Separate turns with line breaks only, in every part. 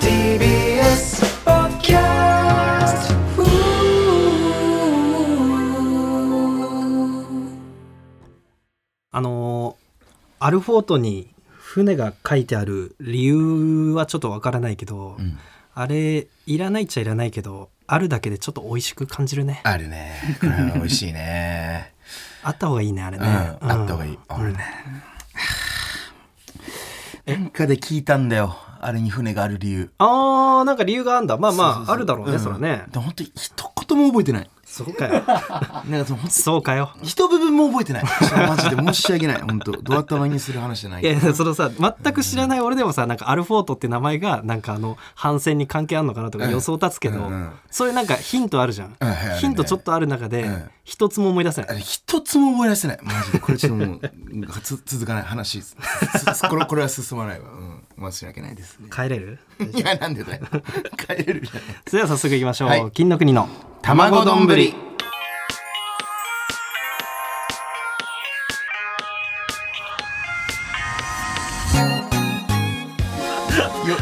TBS ポッドキャスト
あのーアルフォートに船が書いてある理由はちょっとわからないけど、
ん
あれいらないっちゃいらないけどあるだけでちょっと美味しく感じるねあ
あるね。これは美味しいね。
った方がいいねあれ
うん。
ね、
あ
うん
った方がいい。俺ね。
え
なんかで聞いたんだよ。あれに船がある理由。
あーなんか理由があんだまあま
そ
あ
うそうそう
あるだろうね、
ん
それね
でも本当に一言も覚えてない。
そうかよ
なんかその本当
そうかよ
に一部分も覚えてない。マジで申し訳ない。本当どうやったまにする話じゃない
い
けど。
やそのさ全く知らない俺でもさなんかアルフォートって名前がなんかあの反戦に関係あるのかなとか予想立つけ
う
ど、
んうん
そういうなんかヒントあるじゃん、
うんはいあるね
ヒントちょっとある中で
ん
一つも思い出せない、
あれ一つも覚えらせない。マジで。これちょっともう、なんかつ続かない話。 すすこれ、これは進まないわ。うん。申し訳ない ですね。
帰れる
いや、なんでだよ。 帰れるじゃない。
それでは早速いきましょう、
はい
金の国の
卵丼ぶ り。よ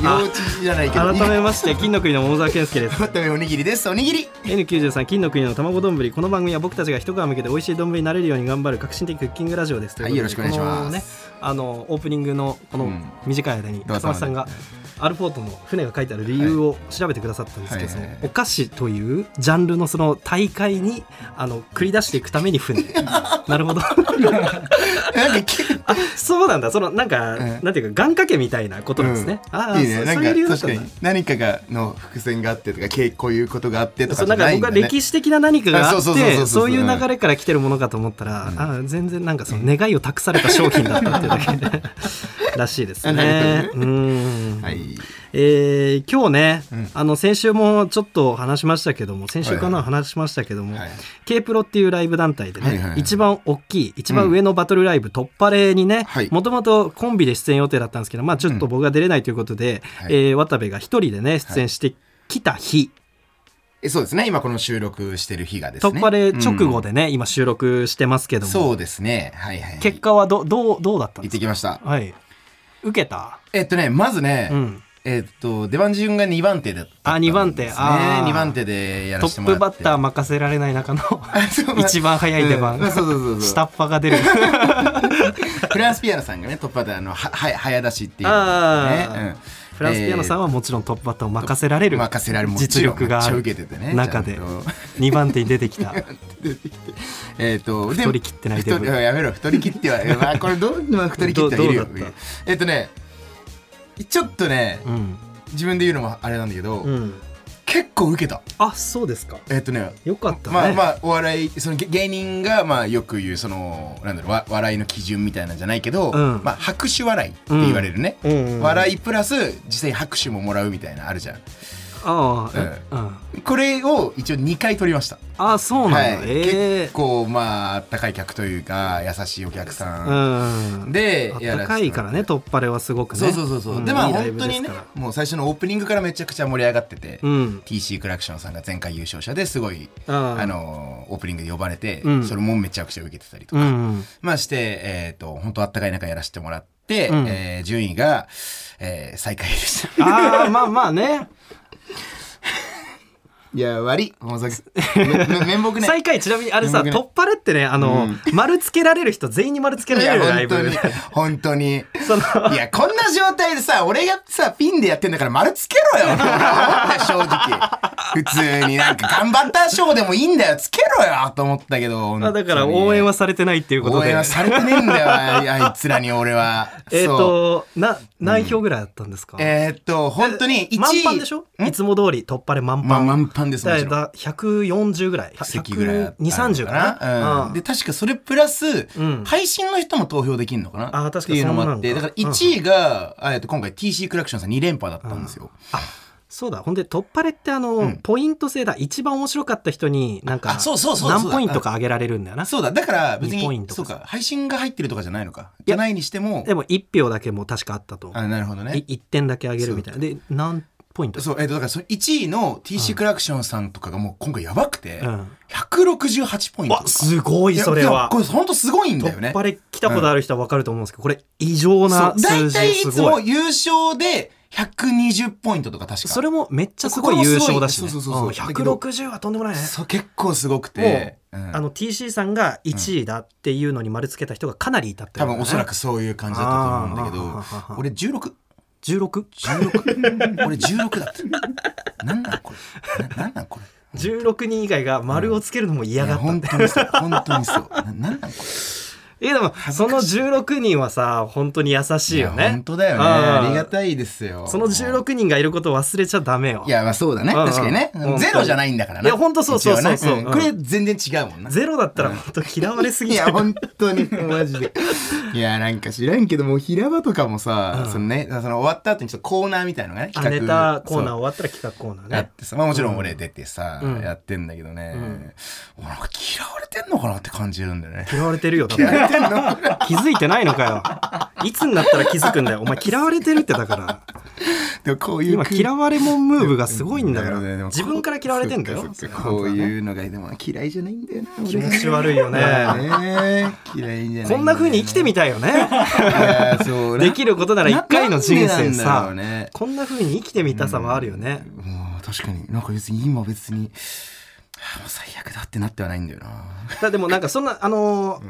幼稚じゃないけど。
改めまして金の国の桃沢健介です
改めおにぎりです。おにぎり。
N93 金の国の卵丼ぶりこの番組は僕たちが一皮向けて美味しい丼になれるように頑張る革新的クッキングラジオですと
は
いう
い
ことで
よろしくお願いします
このねあのオープニングのこの
うん
短い間に
どう
勝
ぞ
間さんがアルフォートの船が書いてある理由を調べてくださったんですけど、
はいはいはい
お菓子というジャンルのその大会にあの繰り出していくため に船なるほど
なんかき
あそうなんだそのなんか、
うん
なんていうか願掛けみたいなことなんですね、ああ
いいね。
そ
なん
そういう理由
か
だっ
確
た
か
んだ
に何かがの伏線があってとか、けいこういうことがあってと
そ
かじゃ
うなんか
ないんだ
僕は
ね。
歴史的な何かがあ
あそうそうそうそう
っ
そ
て
う
そういう流れから来てるものかと思ったら、あ全然なんかその願いを託された商品だったっていうだけ らしいです
な
ね
る。ほ
うん
はい。
えー今日ね、
うん
あの先週もちょっと話しましたけども先週かな、
はい
話しましたけども、
はい
K プロっていうライブ団体でね、
はいはいはい
一番大きい一番上のバトルライブ、突破例にね
はい
もともとコンビで出演予定だったんですけど、まあ、ちょっと僕が出れないということで、
うんはい
えー渡部が一人でね出演してきた日、
えそうですね。今この収録してる日がですね。
突破で直後
で。
でね、今収録してますけども
そうですね。はいはい。
結果はどどうどうだったん
行
で
っ
す
て
か
きました。
はい受けた、
えっとね、まずね、
うん、
えっと、出番順が2番手だった
あ
んです、ね。
二番手あー
2番手でや
ト
らせて
ッ
もら
プ
って。
バッター任せられない中の
そう
一番早い出番、
うんそうそうそうそう
下っ端が出る
フランスピアノさんがね、トップバッターの、は、は早出しっていうのがね、
あーフランスピアノさん
は
はもちろんトップバッターを任せられる
任せられるもちろん
実力があ
め
る
っちゃ受けててね
中で
ちゃんと
2番手に出てきた
えっ、と、で
太り切ってないデブ
太りやめろ、太り切っては、まあ、これど う、まあ、太り切ってはいるよ
どうどうだった。
えっ、とね、ちょっとね、
うん、
自分で言うのもあれなんだけど、
うん、
結構受けた。
あそうですか
えっ、とね、
よかったね、
まあまあお笑いその芸芸人がまあよく言うそのなんだろうわ笑いの基準みたいなんじゃないけど、
うん
まあ拍手笑いって言われるね、
うんうんうん
笑いプラス実際拍手ももらうみたいなのあるじゃん
ああ、
う
うん、
これを一応2回取りました
あそうなんだ、
はい、
ええ
結構まああったかい客というか優しいお客さん、
うん、
で
あっ
やらせても
た
ら
かいからね突破れはすごくね
そうそうそうそう、
ん
でまあ
いいライ
本
ブ
当
で
に
す
ね
から
もう最初のオープニングからめちゃくちゃ盛り上がってて、
うん
TC クラクションさんが前回優勝者ですごい
あ
あのオープニングで呼ばれて、
うん
それもめちゃくちゃ受けてたりと
う
か、
ん
まあして、えっ、と、本当あったかい中やらせてもらって、
うん
えー順位が、えー最下位でし
あ
た。
あ まあまあね
いや、悪い。もうさめ め面目ない。
最下位ちなみにあれさ
ごめん
突破れってねあの、丸つけられる人全員に丸つけら
い
れ
や、
るラ
本
イ
当
ブ
に。本当に。
その
いや、こんな状態でさ、俺がさ、ピンでやってんだから丸つけろ よ。正直。普通になんか頑張った賞でもいいんだよ。つけろよと思ったけど。本当
まあ
に
だから応援はされてないっていうこと
応
で
援はされてねえんだよ、あいつらに俺は。
えっ、
そう。
とな何票ぐらいだったんですか、
えーっと、本当に1位。
満帆でしょいつも通り突破れ満帆、
まあ、満帆ですも
だ
ち
い
ろん。
たい140ぐらい
席ぐらいあったの
230かな、
う
うんん
で確かそれプラス、
うん
配信の人も投票できるのかな
あー確か
っていうのもあって
そう
だ
な
か
の
ら
か
1位が、えっと今回 TC クラクションさん2連覇だったんですよ、
そうだほんで突破れってあの、
ん
ポイント制だ一番面白かった人になんか
あそうそうそうそう
何ポイントか上げられるんだよな
そうだだから別
2ポイン
に
ト
そうか配信が入ってるとかじゃないのかじゃないにしても
でも1票だけも確かあったと
あなるほどね
い1点だけ上げるみたいなで何ポイント。
そう、えっ、と、だからその1位の TC クラクションさんとかがもう今回やばくて、
うん
168ポイントと
わ
か。
すごい
や
それ
いや
は
こ。れ本当すごいんだよ
突
ね。
破で来たことある人は分かると思うんですけど、これ異常な
そう大
数
体
字
い
す
つ
ご
も
い。
優勝で120ポイントとか確か。
それもめっちゃすごい優勝だしね。
これもすごいそうそうそうそうん
160はとんでもないね。
そう結構すごく
も
て、
う
うん
あの TC さんが1位だっていうのに丸つけた人がかなりいたって
多
ことだね、
分おそらくそういう感じだったと思うんだけ
あーあーあーあ
ど
ー
俺 16?16
16?
俺16だったなんなんこれななんなんこれ
16人以外が丸をつけるのも嫌
い
が
や
ったっ
本
て、
当にそう本当にそうななんなんこ
えでもその16人はさ本当に優し
れ
いよね
や本当だよね
あー
ありがたいですよ
その16人がいることを忘れちゃダメよ
いやまあそうだね
うんうん
確かにね
本当に
ゼロじゃないんだからね
いや本当そうそうそう
一応ねん
うん
これ全然違うもんな
ゼロだったら本当嫌われすぎ
い
ち
や、
ゃう
本当に、マジで。いや、なんか知らんけど、もう平場とかもさ、そのね、その終わった後にちょっとコーナーみたいなのがね、
あネタコーナー
を。
終わったら企画コーナー
やっ
ね
てさ、まあもちろん俺出てさ、
うん
やってんだけどね、
ん
俺なんか嫌われてんのかなって感じるんだよね。
嫌われてるよだか
嫌わ
ら
れてんの
気づいてないのかよいつになったら気づくんだよお前嫌われてるってだから
でもこういう
今
空
嫌われもんムーブがすごいんだか
なる
ら
ほどねでも
自分から嫌われてんだよ
そっかそっかこういうのがでも嫌いじゃないんだよな俺
気持ち悪いよ ね
ね嫌いじゃない
こんな風に生きてみたいよね
たそう
できることなら一回の人生
な
さ
んでなんだろうね
こんな風に生きてみたさもあるよね
もう確かになんか別に今別にあもう最悪だってなってはないんだよな
だでもなんかそんなあのー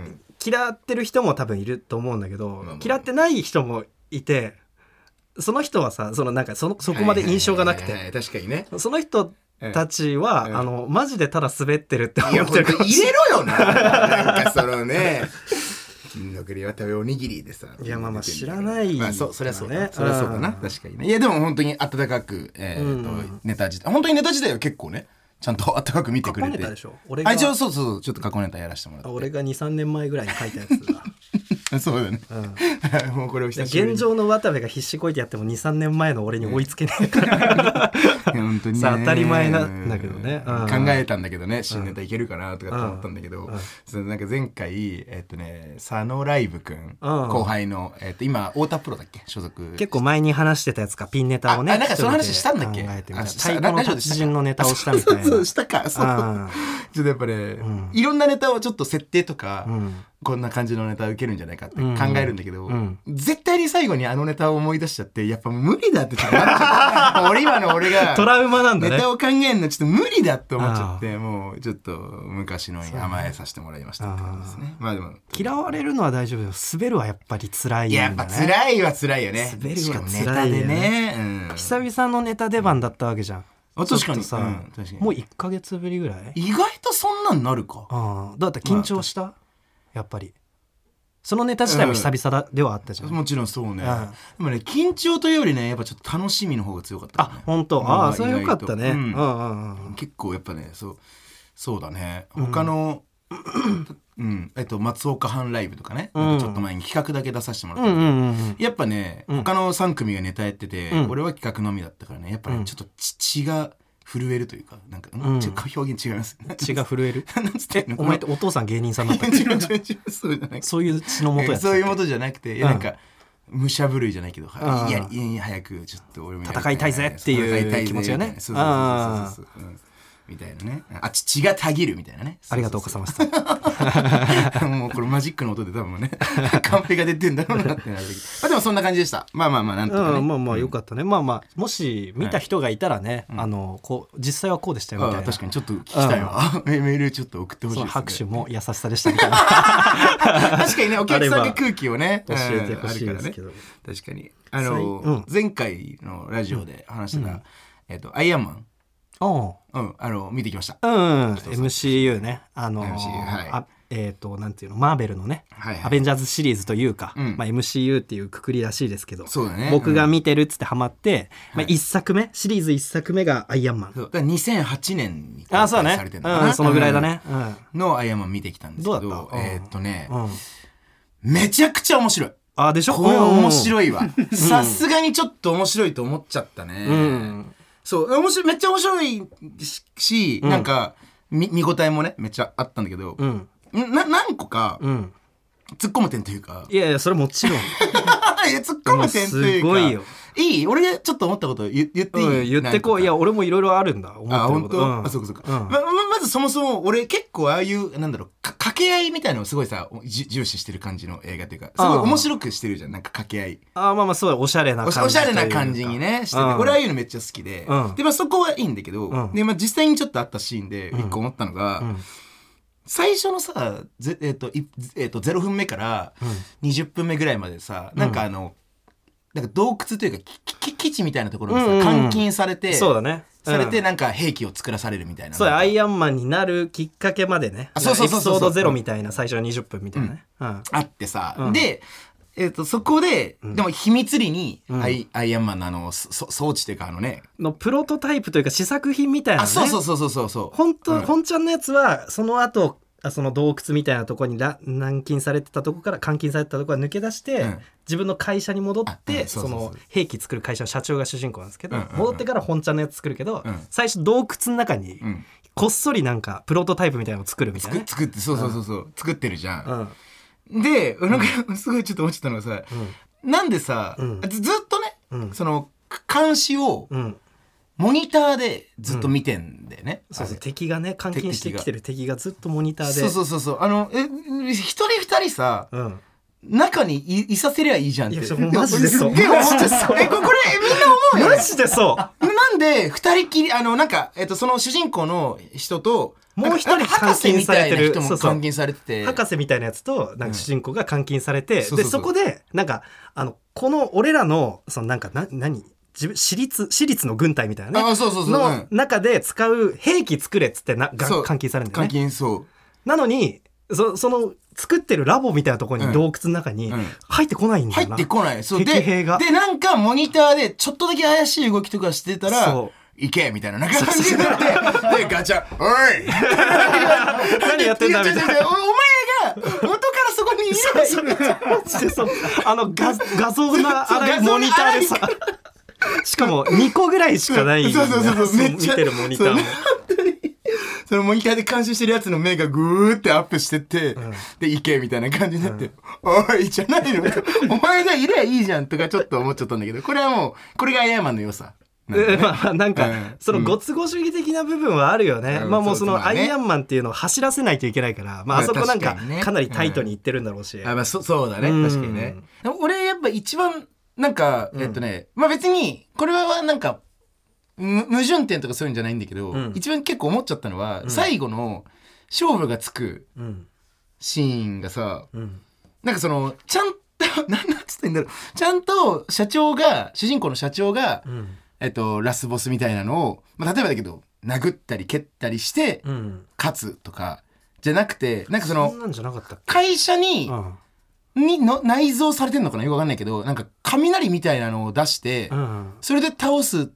嫌ってる人も多分いると思うんだけど
まあ
嫌ってない人もいてその人はさそのなんかそのそこまで印象がなく
はいはい
て
はいはい確かにね
その人たち
う
は
ん
あのマジでただ滑ってるって
い
思
や
って
本
るか
当
もし
入
れ
れろよななんかそのね金の国は食べおにぎりでさ
いやまあまあ知らない
まあ、そうそりゃそうだ
ね
ねそりゃそうだな
うん
確かにねいやでも本当に温かく、えーと
うん
ネタ自体本当にネタ自体は結構ねちゃんと温かく見てく
ない
れ
ネ
て
タでしょ俺が
あ一応そうそうそうちょっと過去ネタやらせてもらって
俺が23年前ぐらいに書いたやつ だ、
そうだね、 もうこれを
で
久しぶりに
現状の渡部が必死こいてやっても23年前の俺に追いつけねえから、
いや本当にね
さあ当たり前なんだけどね
うん
うん
考えたんだけどね新ネタいけるかなとかって思ったんだけど、
うんうん
そのなんか前回えっとね佐野ライブくん、
うん
後輩の、えっと、今太田プロだっけ所属
結構前に話してたやつかピンネタをね
ああなんかその話
一人で
したんだっけ
考えてみ
あ
た
した
太鼓の
ラジオでした
達人のネタをしたみたいな
そうそうしたかそう
うん
ちょっとやっぱね、
ん
いろんなネタをちょっと設定とか、
うん
こんな感じのネタ受けるんじゃないかって考
うん
えるんだけど、
うん
絶対に最後にあのネタを思い出しちゃってやっぱ無理だってちょっとなっちゃっ たもう俺今の俺が
トラウマなんだ
ネ
ね
タを考えるのちょっと無理だと思っちゃってもうちょっと昔のに甘えさせてもらいましたって感じですねまあでも
嫌われるのは大丈夫だよ滑るはやっぱり辛いん
い
だ
や
ね
やっぱ辛いは辛いよね
滑る
し
は辛いよね
かもネタでね、うん、
久々のネタ出番だったわけじゃん
あ確かに
ちょっとさ、
うん確かに
もう1か月ぶりぐらい
意外とそんなんなるか
ああだって緊張した、やっぱりそのネタ自体も久々だ、ではあったじゃん
もちろんそうね、
ん
でもね緊張というよりねやっぱちょっと楽しみの方が強かったかも
あ
ね、
本当、
うん
ああそれよかったね、
意外
うん、
と
うんうんうん
結構やっぱねそうそうだね他の、うんえっと、松岡藩ライブとかね、
うん
なんかちょっと前に企画だけ出させてもらっ
う
た
ん
んだけど
うんうんうん
やっぱね、
うん
他の3組がネタやってて、
うん
俺は企画のみだったからねやっぱり、
うん
ちょっと血血が震えるというかなんか、うん
うん
ちょっと表現違います
血が震える
なんつってんの
お前ってお父さん芸人さんだ ったっけ
違う違う違うそうじゃない
そういう血のもとやつ
そういうもとじゃなくて、いや
うん
なんか武者震いじゃないけど、
ああ
いやいやいや早くちょっと俺もやり
戦いたいぜっていう
戦たぜ
気持ちがね
そうそうそうそうそうそううんみたいなねあ血がたぎるみたいなね
ありがとうご
そ
ざいました
そう もうこれマジックの音で多分ね カンペが出てんだろうなってなるけどまあでもそんな感じでしたまあまあまあなんとかね
うん、まあまあよかったね、まあまあもし見た人がいたらね、あのこう実際はこうでしたよみた
あ
い
あ
な
確かにちょっと聞きたいわメールちょっと送ってほしい
そ
です
の
ね
拍手も優しさでしたみたいな
確かにねお客さん
あれ
が
ば
空気をね
教えて
うん
ほしいですけど、
確かにあ
さい
の、
うん
前回のラジオで話してた、
うん
えっ、とアイアンマン
おう
うんあの見てきました
うん、MCU ねあの
MCU はい
あえっ、となんていうのマーベルのね、
はいはい
アベンジャーズシリーズというか、
うん
まあ、MCU っていうくくりらしいですけど、
そうだね
僕が
うん
見てるっつってハマって、まあ、
はい
1作目シリーズ1作目が「アイアンマン
そうだから2008年に」公
あそう
開
だ
され
ね
て、るのかな
うん、そのぐらいだね、うん
うんのアイアンマン見てきたんですけど
どうだったうん
えーっとね、
うん
めちゃくちゃ面白い
あでしょ
これは面
い、
白いわさすがにちょっと面白いと思っちゃったね、
うん、
そう面白いめっちゃ面白いし、
ん
なんか見見応えもねめっちゃあったんだけど、
うん
な何個か
うん
突っ込む点というか、
いやいやそれもちろん
いや突っ込む点というか
もうすごいよ
いい俺ちょっと思ったこと言言っていい、
うん、言ってこういや俺もいろいろあるんだ思
あ
ってる
本
こ
当、
とうん
あそうかそうか、
うん
まままずそもそも俺結構ああいうなんだろうか掛け合いみたいのをすごいさじ重視してる感じの映画っていうかすごい
うん
面白くしてるじゃんなんか掛け合い
あーまあまあそうだおしゃれな
お
感
し
じ
おしゃれな感じにねしてて、
うん
俺ああいうのめっちゃ好きで、
うん
でまあそこはいいんだけど、
うん
でまあ実際にちょっとあったシーンで
うん
一個思ったのが、
うん
最初のさぜ、えっといえっと0分目から20分目ぐらいまでさ、なんかあのなんか洞窟というかきき基地みたいなところにさ、
うんうんうん
監禁されて、
そうだね
されて
うん
なんか兵器を作らされるみたいな。
そうだ
なんか
アイアンマンになるきっかけまでね
あそうそうそうそう
エピソードゼロみたいな最初の20分みたいなねうん
あってさ、
うん
で、えっとそこで、でも秘密裏に
ん
アイ,、アイアンマンのあのそそ装置というかあのね
のプロトタイプというか試作品みたいな
あ
ね
そうそうそうそうそうそう
本当、
うん
本ちゃんのやつはその後あその洞窟みたいなとこにら軟禁されてたとこから監禁されてたとこから抜け出して、
うん
自分の会社に戻っ
あ
て、
うんそう
そ
そうそう
の兵器作る会社の社長が主人公なんですけど、
うんうんうん
戻ってから本ちゃんのやつ作るけど、
うん
最初洞窟の中に
うん
こっそりなんかプロトタイプみたいなのを作るみたい
作
な
っ
ね、
作ってそうそうそうそう、作ってるじゃ、
うんん
でなんかすごいちょっと思っちゃったのがさ、なんでさ、
うん
ずずっとね、
うん
その監視を
うんうん
モニターでずっと見てんだよね、
そうそう敵がね監禁してきてる敵がずっとモニタ
あれ
ー
そ
で
うそうそうそうあのえ一人二人さ
うん、
中にいいさせりゃいいじゃんって
いやそうマジでそう
俺すっげえ思っちゃったえこれこれみんな思うよね
マジ でそう
なんで、二人きり、あの、なんか、えっと、その主人公の人と、
もう一人
なんか博士みたいな人
監禁されてるそ
も
うそう
監禁されてて。
博士みたいなやつとなんか主人公が監禁されて、
そうそう
で
そう
そこでなんかあのこの俺らのそのなんかな何自分私立私立の軍隊みたいなね
あ、そうそうそう。
の中で使う兵器作れっつってなが
そう
監禁されるんだよ
監
ね。
禁、そ
なのにそその作ってるラボみたいなところ
うん
に洞窟の中に
うん
入ってこないん
う。
だ
入
よな。
ってこない。そう
敵兵
で、
が
で、なんかモニターで、ちょっとだけ怪しい動きとかしてたら
そう、
行けみたいな、なんか感じになって、で、ガチャ、おい
何やってんだみ
い
たい
や違う違う違うおお前が、元からそこにいる
な。それマジでそうあの画画像が荒いモニターでさしかも2個ぐらいしかないんだよ
そうそうそうそうめっ
見
ちゃ
てるモニターも
そうそのモニターで監視してるやつの目がぐーってアップしてって、で、行けみたいな感じになって、おい、じゃないの お前がいりゃいいじゃんとかちょっと思っちゃったんだけど、これはもう、これがアイアンマンの良さ。
えまあなんか、
うん
そのご都合主義的な部分はあるよね、
うん
まあもう
そ
そう
そう
の
まあ
ア
ね
イアンマンっていうのを走らせないといけないから、まあ、
まあ
あそこなんか
確かにね
かなりタイトにいってるんだろうし、
あまあ、そそうだね
うん
確かにねでも俺やっぱ一番なんか、えっとねまあ別にこれはなんかむ矛盾点とかそういうんじゃないんだけど、
うん
一番結構思っちゃったのは、最後の勝負がつく
うん
シーンがさ
うん
なんかそのちゃんと なんなんつってんだろうちゃんと社長が主人公の社長が、
うん
えっと、ラスボスみたいなのを、まあ、例えばだけど殴ったり蹴ったりして
うん
勝つとかじゃなくてなんかそ
そ
の
んなんじゃなかったっけ
会社に、
うん
にの内蔵されてんのかなよくわかんないけどなんか雷みたいなのを出して、
うん
それで倒す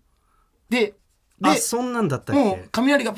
で
あ
で
そんなんだったっけ
もう雷が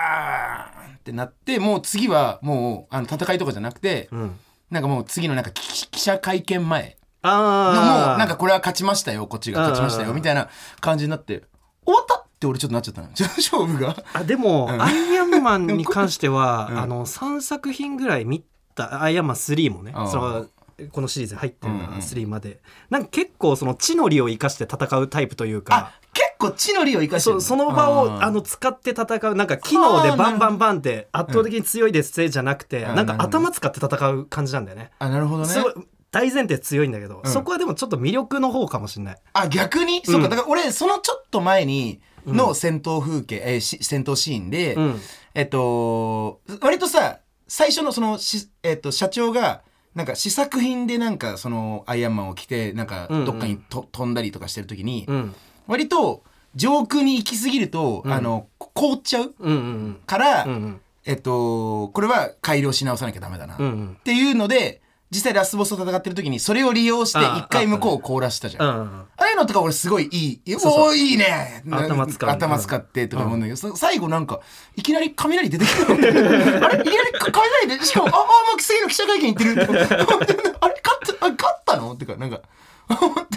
バーンってなってもう次はもうあの戦いとかじゃなくて、
うん、
なんかもう次のなんか記記者会見前のもう
ああ
なんかこれは勝ちましたよこっちが勝ちましたよ
うん
みたいな感じになって終わったって俺ちょっとなっちゃったの よ勝負が。
あでも、アイアンマンに関しては、
うん
あの3作品ぐらい見たアイアンマン3もね
あー
そのこのシリーズに入ってるな、
うんうん
3までなんか結構その地の利を生かして戦うタイプというか
あ結構地の利を生かしてる
そその場をあ
の
の使って戦うなんか機能で
あーなる
バ
ほど
ンバンバンって圧倒的に強いですせじゃなくて
うん
なん
あなる
か
ほど
頭使って戦う感じなんだよね
あなるほどね
すごい大前提強いんだけど、
うん
そこはでもちょっと魅力の方かもしれない
あ逆に、そう
う
か
ん
だから俺そのちょっと前にの戦闘風景、えーし戦闘シーンで、
うん
えっと割とさ最初のそのし、えっと、社長がなんか試作品でなんかそのアイアンマンを着てなんか
うんうん
どっかにと、飛んだりとかしてる時に、
うん
割と上空に行き過ぎると、あの凍っちゃう
うんうん
から、
うんうん
えっとこれは改良し直さなきゃダメだな、
うんう
っ
ん
ていうので実際ラスボスと戦ってる時にそれを利用して
ああ
一回向こうを凍らしたじゃん
う。ん
ああいうのとか俺すごいいい。
そうそう
おおーいいね。
頭使う
な頭使ってとか思うんだけど、そ最後なんか、いきなり雷出てき た。あれいきなり雷で、しかも、あ、あ、 もう次の記者会見行ってる。あれ勝った、あ勝ったのってか、なんか、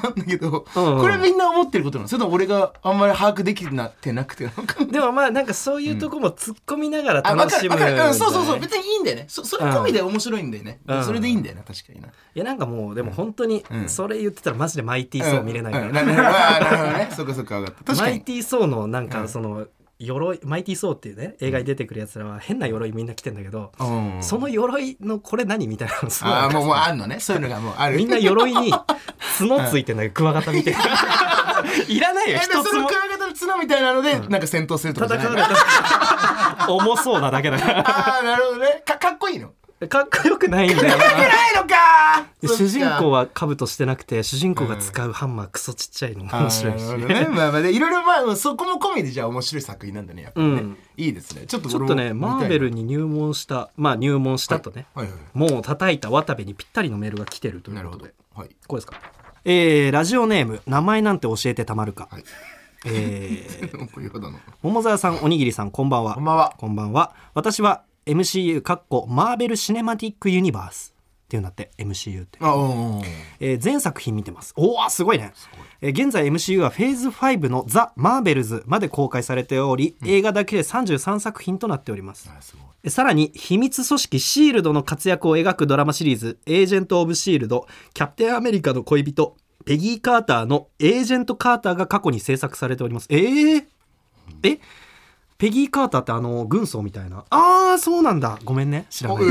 たんだけど、
うんうん
これみんな思ってることなのそれとも俺があんまり把握できなってなくてなんか
でもまあなんかそういうとこも突っ込みながら
あ分
楽
か
し
る
む
分
みた
か
い
る、
な
うん、そうそうそう別にいいんだよねそそれ込みで面白いんだよね、
うん
それでいいんだよな確かにな、
いやなんかもうでも本当に
うん
それ言ってたらマジでマイティー
う
ソ
ん
ー見れないから、
うんなるほどあーなるほどねそっかそっか分かった確
マ
か
イ
に
ティーソーのなん
うん
かその鎧、マイティーソーっていうね映画に出てくるやつらは変な鎧みんな着てんだけど、
うん
その鎧のこれ何みたいなのすごい
ああもうもうあんのねそういうのがもうある
みんな鎧に角ついてないクワガタみたいないらない
え
よ
で
一つ
その
も
クワガタの角みたいなので、なんか戦闘するとかじゃない
戦うだけ 重そうなだけだか
ああなるほどねかかっこいいのかっ
らかっこよくないんだよな
こよくないのか
で主人公
は
は兜してなくて主人公が使うハンマークソちっちゃいのも面白いし、
ねまあまあでいろいろまあそこも込みでじゃあ面白い作品なんだねやっぱね、
うん
いいですねちょっと
ち
俺
ょっ
も
とねマーベル
見
に入門したまあ入門したとね、
たいなはいはいは
もう叩いた渡部にぴったりのメールが来てると
い
い
な
う
る
こ
ほ
と
ど
で
はい
こうですかえー、ラジオネーム名前なんて教えてたまるか、
はい
えー、
これやだな
桃沢さんおにぎりさんこんばんは
こんばんは
こんばんは私は MCU かっこマーベル・シネマティック・ユニバースっていうんだって MCU って、
あおー
えー全作品見てますおおすごいねえー現在 MCU はフェーズ5の「ザ・マーベルズ」まで公開されており、映画だけで33作品となっております
あすごい
えさらに秘密組織シールドの活躍を描くドラマシリーズ「エージェント・オブ・シールド」「キャプテン・アメリカの恋人」ペギー・カーターの「エージェント・カーター」が過去に制作されておりますえー、えペギー・カーターってあの軍曹みたいなあーそうなんだごめんね知らない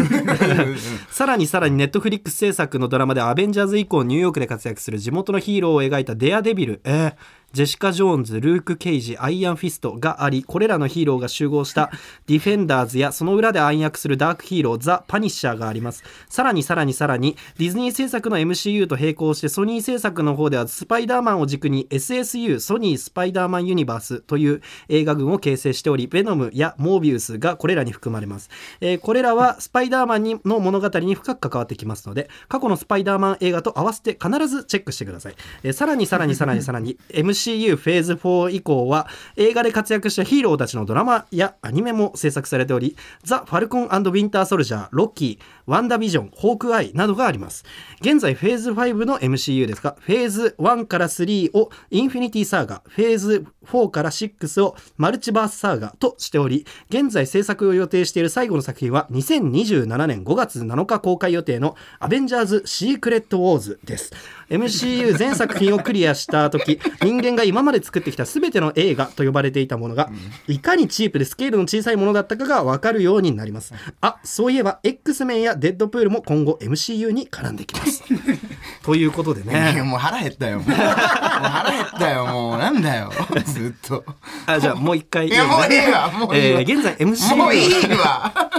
さらにさらにネットフリックス制作のドラマでアベンジャーズ以降ニューヨークで活躍する地元のヒーローを描いたデアデビル、えージェシカ・ジョーンズ、ルーク・ケイジ、アイアン・フィストがあり、これらのヒーローが集合したディフェンダーズやその裏で暗躍するダークヒーロー、ザ・パニッシャーがあります。さらにさらにさらに、ディズニー制作の MCU と並行してソニー制作の方ではスパイダーマンを軸に SSU、ソニー・スパイダーマン・ユニバースという映画群を形成しており、ベノムやモービウスがこれらに含まれます。えーこれらはスパイダーマンにの物語に深く関わってきますので、過去のスパイダーマン映画と合わせて必ずチェックしてください。えーさらにさらにさらにさらに、MCU フェーズ4以降は、映画で活躍したヒーローたちのドラマやアニメも制作されており、ザ・ファルコンウィンター・ソルジャー、ロッキー、ワンダ・ビジョン、ホークアイなどがあります。現在、フェーズ5の MCU ですが、フェーズ1から3をインフィニティ・サーガ、フェーズ4から6をマルチバース・サーガとしており、現在制作を予定している最後の作品は、2027年5月7日公開予定のアベンジャーズ・シークレット・ウォーズです。MCU 全作品をクリアした時、 人間が今まで作ってきた全ての映画と呼ばれていたものが、いかにチープでスケールの小さいものだったかが分かるようになります。あ、そういえば X メンやデッドプールも今後 MCU に絡んでき ます。ということで
いや
ね。
もう腹減ったよもうもう腹減ったよもうなんだよ ずっと
あ、じゃあもう一回
いやもういいわもういい
え
わ、
ー現在 MCU
もういいわ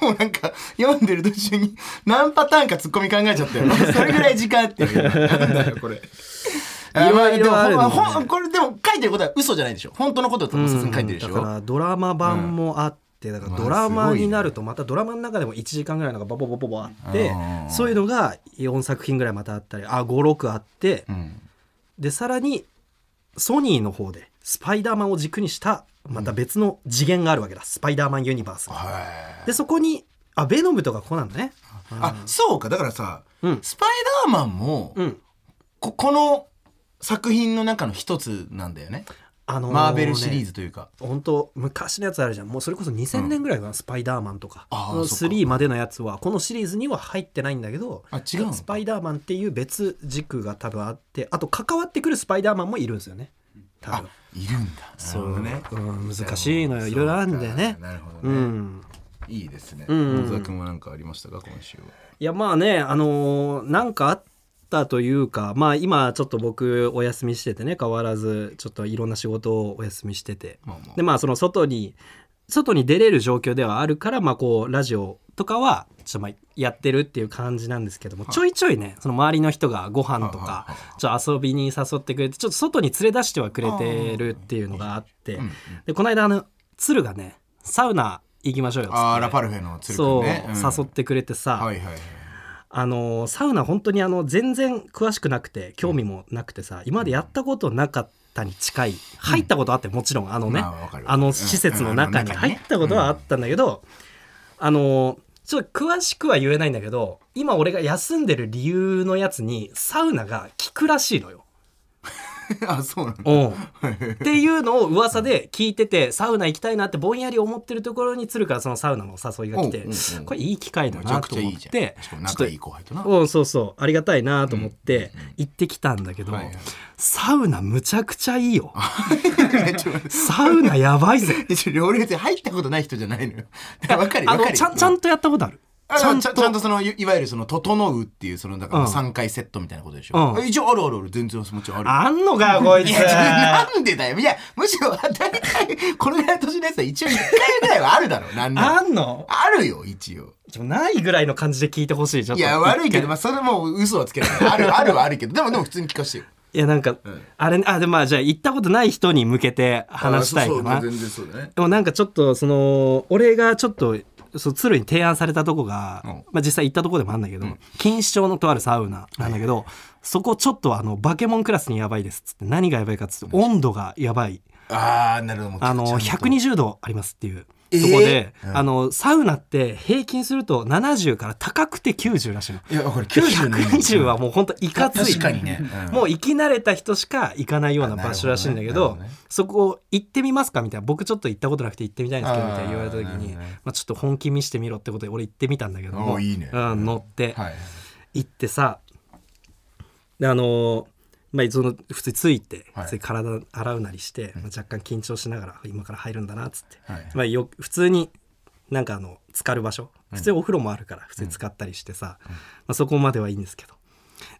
もうなんか読んでる途中に何パターンかツッコミ考えちゃったよそれぐらい時間あってるよなんだよこれ
いろいろある
あま
のね
あでもほんこれでも書いてることは嘘じゃないでしょ本当のことだと思うさすがに書いてるでし
だ
ょ
からドラマ版もあって、だからドラマになるとまたドラマの中でも1時間ぐらいのがバボボボボあって、
うん
そういうのが4作品ぐらいまたあったりあ56あって、
うん
でさらにソニーの方でスパイダーマンを軸にしたまた別の次元があるわけだ、スパイダーマンユニバースが
はい
でそこにあベノムとかこうなんだね
あそうかだからさ、
うん
スパイダーマンも、
うん
ここの作品の中の一つなんだよね
あの
マーベルシリー
ズ
ズというか、
本当昔のやつあるじゃんもうそれこそ2000年ぐらいかな、スパイダーマンとか
あー
の
そっか
3までのやつはこのシリーズには入ってないんだけど
あ違うの
スパイダーマンっていう別軸が多分あってあと関わってくるスパイダーマンもいるんですよね多
あ
分
いるんだ
そう
なるほど
うん難しいのよいろいろあるんだよね
そうかなるほ
う
どね、
ん
いいですね。
ん
野沢君は何かありましたか今週は。
いやまあねあのーなんかあったというかまあ今ちょっと僕お休みしててね変わらずちょっといろんな仕事をお休みしてて
まあまあ
でまあその外に外に出れる状況ではあるからまあこうラジオとかはちょっとまあやってるっていう感じなんですけどもちょいちょいねその周りの人がご飯と
はいは
かちょっと遊びに誘ってくれてちょっと外に連れ出してはくれてるっていうのがあって
うんうん
でこの間あの鶴がねサウナ行きましょうよっつって
ああラパルフェの鶴
そ
く
う、
んね。うん
誘ってくれてさ、
はいはいはい。
あのサウナ本当にあの全然詳しくなくて興味もなくてさ、今までやったことなかったに近い入ったことあってもちろんあのね、
まあわかる
あの施設の中に
うんうん
入ったことはあったんだけど、あのちょっと詳しくは言えないんだけど今俺が休んでる理由のやつにサウナが効くらしいのよ。
あそうなの
うん、っていうのを噂で聞いててサウナ行きたいなってぼんやり思ってるところに鶴からそのサウナのお誘いが来て
うんうんうん
これいい機会だ
めちゃ
な
く
と
ちゃい
思
い
っ
じゃん
て
し
ち
か
ょ
も
っ
仲
と
いい後輩とな
うん、そうそうありがたいなと思って行ってきたんだけど、
はいはい
サウナむちゃくちゃいいよ
ちょ
サウナやばいぜ
ちょ両立に入ったことない人じゃないのよわかる わ
あの
かる
ちゃんちゃんとやったことある
あ
ちゃん
ち
と
ゃちゃんとそのいいわゆるその「整う」っていうそのだから
うん
3回セットみたいなことでしょ、
うん
あ一応あるあるある全然もちろんある
あんのかよこいつ
いや、なんでだよ。いや、むしろ、大体、これぐらいの年のやつは一応1回ぐらいはある だろう。なんなら
あんの
あるよ、一応。
でもないぐらいの感じで聞いてほしいちょっ
い
と
や、悪いけど、まあ、それもう嘘はつけない。ある、あ るはあるけど、でも、でも普通に聞かせてよ。
いやなんか、あれあでもまあじゃあ行ったことない人に向けて話したいかな
あそうそう全然そうだね。
でもなんかちょっとその俺がちょっとそう鶴に提案されたとこが、
うん
まあ、実際行ったとこでもあるんだけど、錦糸町のとあるサウナなんだけど、そこちょっとあのバケモンクラスにやばいですっつって何がやばいかっつって温度がやばい
あー、なるほど。もう
あの
ちゃんと
120度ありますっていう
えー
とこで、
うん
あのサウナって平均すると70から高くて90らしいの。
いや、これ90のイメージ
120はもうほんといかつい
確かにね。うん
もう行き慣れた人しか行かないような場所らしいんだけ
なるほ
ど
どねなるほどね
そこ行ってみますかみたいな僕ちょっと行ったことなくて行ってみたいんですけどみたいな言われた時
あーなる
に、
ほどね
まあ、ちょっと本気見してみろってことで俺行ってみたんだけど
お
も
ーいいね
うん、乗って
はい。
行ってさであのーまあ、その普通について
はい
普通に体洗うなりして、まあ、若干緊張しながら今から入るんだなっつって、
はい
まあ、よ普通になんかあの浸かる場所普通にお風呂もあるから普通に使ったりしてさ、まあ、そこまではいいんですけど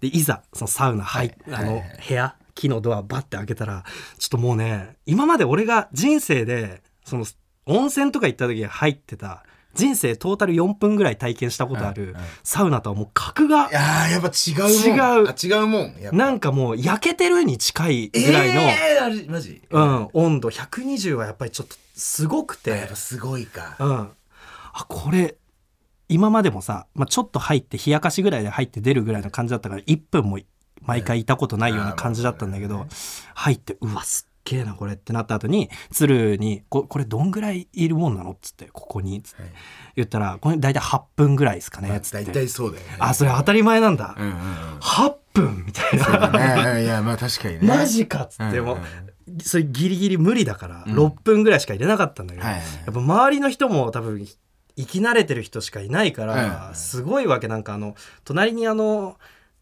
でいざそのサウナ入っ、
はい
あの
はいはい
部屋木のドアバッて開けたらちょっともうね今まで俺が人生でその温泉とか行った時に入ってた人生トータル4分ぐらい体験したことあ
うん
る
うん
サウナとはもう格が
いやー、やっぱ違うもん。違う。あ違うもん。やっぱ
なんかもう焼けてるに近いぐらいの、
えー、あれ、マジ
うん、温度120はやっぱりちょっとすごく
や
て
っぱ、すごいか
う。ん、あこれ今までもさ、まあ、ちょっと入って冷やかしぐらいで入って出るぐらいの感じだったから1分も毎回いたことないような感じだったんだけ
うんあ
ど入ってうわすっげえなこれってなった後に鶴にこ「これどんぐらいいるもんなの?」っつって「ここに」っつって
はい
言ったら「これ大体8分ぐらいですかね」っつっ
大
て
体そうだよね
「あそれ当たり前なんだ」
うんうんうん。
8分みたいな。
ねいやまあ確かにね
マジかっつって
うん
も
うん
うそれギリギリ無理だから
うん
6分ぐらいしか入れなかったんだけど、
はいはい
や
はい
っぱ周りの人も多分生き慣れてる人しかいないか
はいはいは
ら
い
すごいわけなんかあの隣にあの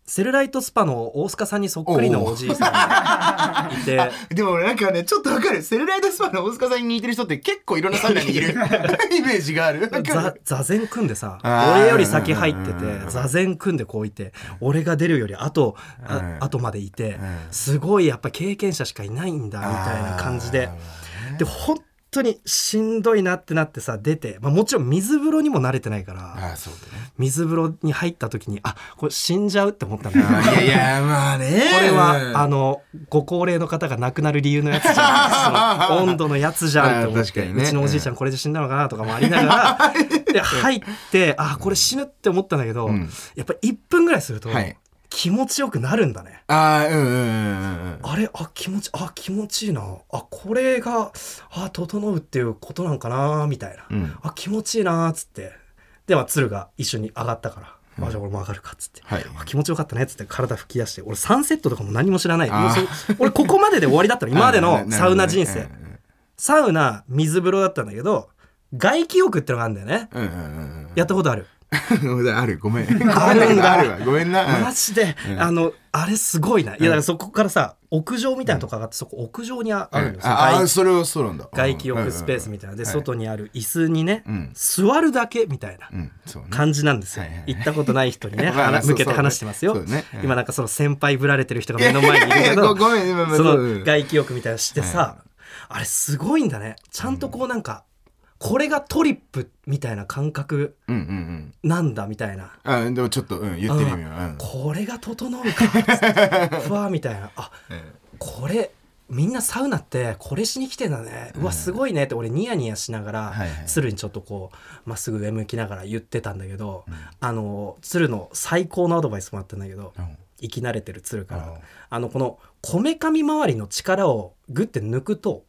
セルライトスパの大須賀さんにそっくりのおじいさんが いて。
でも俺なんかねちょっとわかるセルライトスパの大塚さんに似てる人って結構いろんなサウナにいるイメージがあるわか
座
る
座禅組んでさ
あー
俺より先入って
うんうんう
て
ん
座禅組んでこういて俺が出るより後
う
あ
ん
後までいて
ん
すごいやっぱ経験者しかいないんだみたいな感じでで本当にしんどいなってなってさ出て、まあ、もちろん水風呂にも慣れてないから
ああそう
水風呂に入った時にあこれ死んじゃうって思ったんだよ
だ ねあいやいやまあね
これはあ
の
のご高齢の方が亡くなる理由のやつじゃん その温度のやつじゃんって思っ
あー確か
て、
にね
うちのおじいちゃんこれで死んだのかなとかもありながらで入ってあこれ死ぬって思ったんだけど、
うん
やっぱり1分ぐらいすると
はい
気持ちよくなるんだね。
あーうんうんうんうん
あれあ気持ちあ気持ちいいなあこれがあ整うっていうことなんかなみたいな、
うん
あ気持ちいいなっつってでは鶴が一緒に上がったから、あじゃあ俺も上がるかっつって、
はい
あ気持ちよかったねっつって体吹き出して俺3セットとかも何も知らない
あー
もうそ俺ここまでで終わり だったの今までのサウナ人生、サウナ水風呂だったんだけど外気浴ってのがあるんだよね
うんうんうん
やったことある
うんあるごめんごめんだけどあるわごめんな
マジで、あのあれすごいないやだからそこからさ屋上みたいなとこ上がって、そこ屋上にあ
う
るの
ん
よ、その
あ
外
あそれはそうなんだ
外気浴スペースみたいなで外にある椅子にね、
ん
座るだけみたいな
うんうんそうね
感じなんですよ、
はいはいはい
行ったことない人に
ま
ね
あまあ
話向け
そう
て
そう
話してますよ、
そうねうん
今なんかその先輩ぶられてる人が目の前にいる
い
け
やいや
ど
ごごめんまあまあ
そ
そうう
の
ん
外気浴みたいなのしてさ、あれすごいんだねちゃんとこうなんか、これがトリップみたいな感覚
うんうんうん
なんだみたいな
あでもちょっと、うん、言ってる意味は、うん
これが整 うかつってふわーみたいなあこれみんなサウナってこれしに来てんだねうわすごいねって俺ニヤニヤしながら、
はいはい
鶴にちょっとこうまっすぐ上向きながら言ってたんだけど、あの鶴の最高のアドバイスもらったんだけど、
うん
生き慣れてる鶴から、
うん
あのこのこめかみ周りの力をグッて抜くと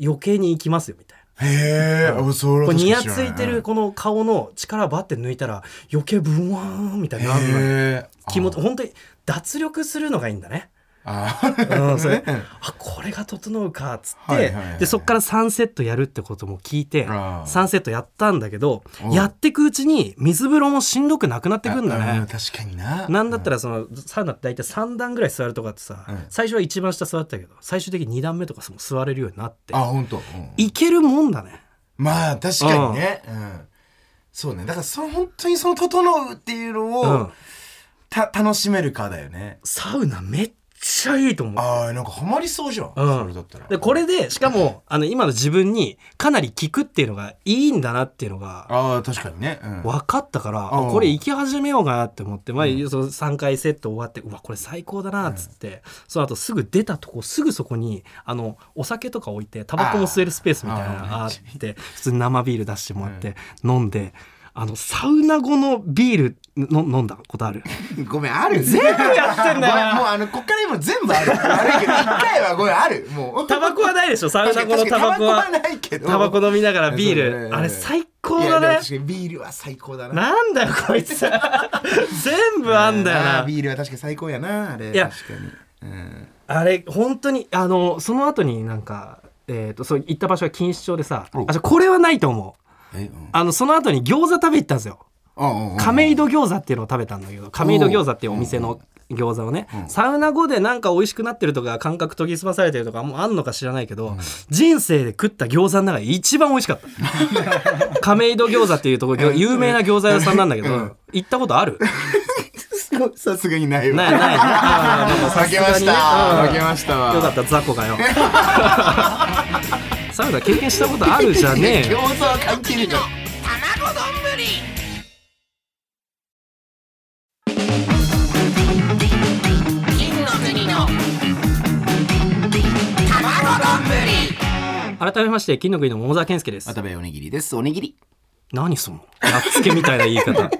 余計にいきますよみたいな。
へえ、あそ
こう
れは確か
ニ
に
ヤ
知
つ
らない
いてるこの顔の力バッて抜いたら余計ブワーンみたいになるのよ
へえ
気持ち本当に脱力するのがいいんだ ね。
あー
うん、それあこれが整うかっつって、
はいはいはい
でそっから3セットやるってことも聞いて
あー
3セットやったんだけど
うん
やってくうちに水風呂もしんどくなくなってくんだ
うん
ね。
確かにな
なんだったらそのサウナって大体3段ぐらい座るとかってさ、
うん
最初は一番下座ってたけど最終的に2段目とかもう座れるようになって
あ本当。うん
いけるもんだね
まあ確かにねうんそうねだからその本当にその整うっていうの
うん
をた楽しめるかだよね
サウナめっちゃいいと思う
あーなんかハマりそうじゃん
うん
それだったら
でこれでしかもあの今の自分にかなり効くっていうのがいいんだなっていうのが
ああ確かにねうん
分かったから
うん
これ行き始めようかなって思って、まあ、その3回セット終わってうわこれ最高だなっつって、その後すぐ出たとこすぐそこにあのお酒とか置いてタバコも吸えるスペースみたいなのがあ
あー
って普通に生ビール出してもらって飲んで。あのサウナ後のビールの飲んだことある
ごめんある全部や
ってんだよな
もうあのこっから今全部ある悪いけど一回はごめんあるもう
タバコはないでしょサウナ後の
確
タ
かに
バコ
タ
は
バコはないけど
タバコ飲みながらビ
そう
ー
だ
ル
ね
あれ最高
いや
だ
でも
ね
確かにビールは最高だな
なんだよこ いつ全部あんだよ
あー
な
ビールは確かに最高やなあれ
いや
確かにうん
あれ本当にあのその後になんかえっ、とそう行った場所が錦糸町でさ
お
あじゃあこれはないと思う
えうん
あのその後に餃子食べ行ったんですよ
うんうんうん
亀戸餃子っていうのを食べたんだけど亀戸餃子っていうお店の餃子をね、サウナ後でなんか美味しくなってるとか感覚研ぎ澄まされてるとかもうあんのか知らないけど、人生で食った餃子の中で一番美味しかった亀戸餃子っていうところ有名な餃子屋さんなんだけど、行ったことある
すごい さすがにないわ
ないないあーでも さ
負
す
け
が
ま
に
し
ね
た
うん
負けましたわ
よかった雑魚がよ サウナ経験したことあるじゃね え
餃
よ
子は関係ねえじゃん
改めまして金の国の桃沢健介です
渡部おにぎりですおにぎり
何そのやっつけみたいな言い方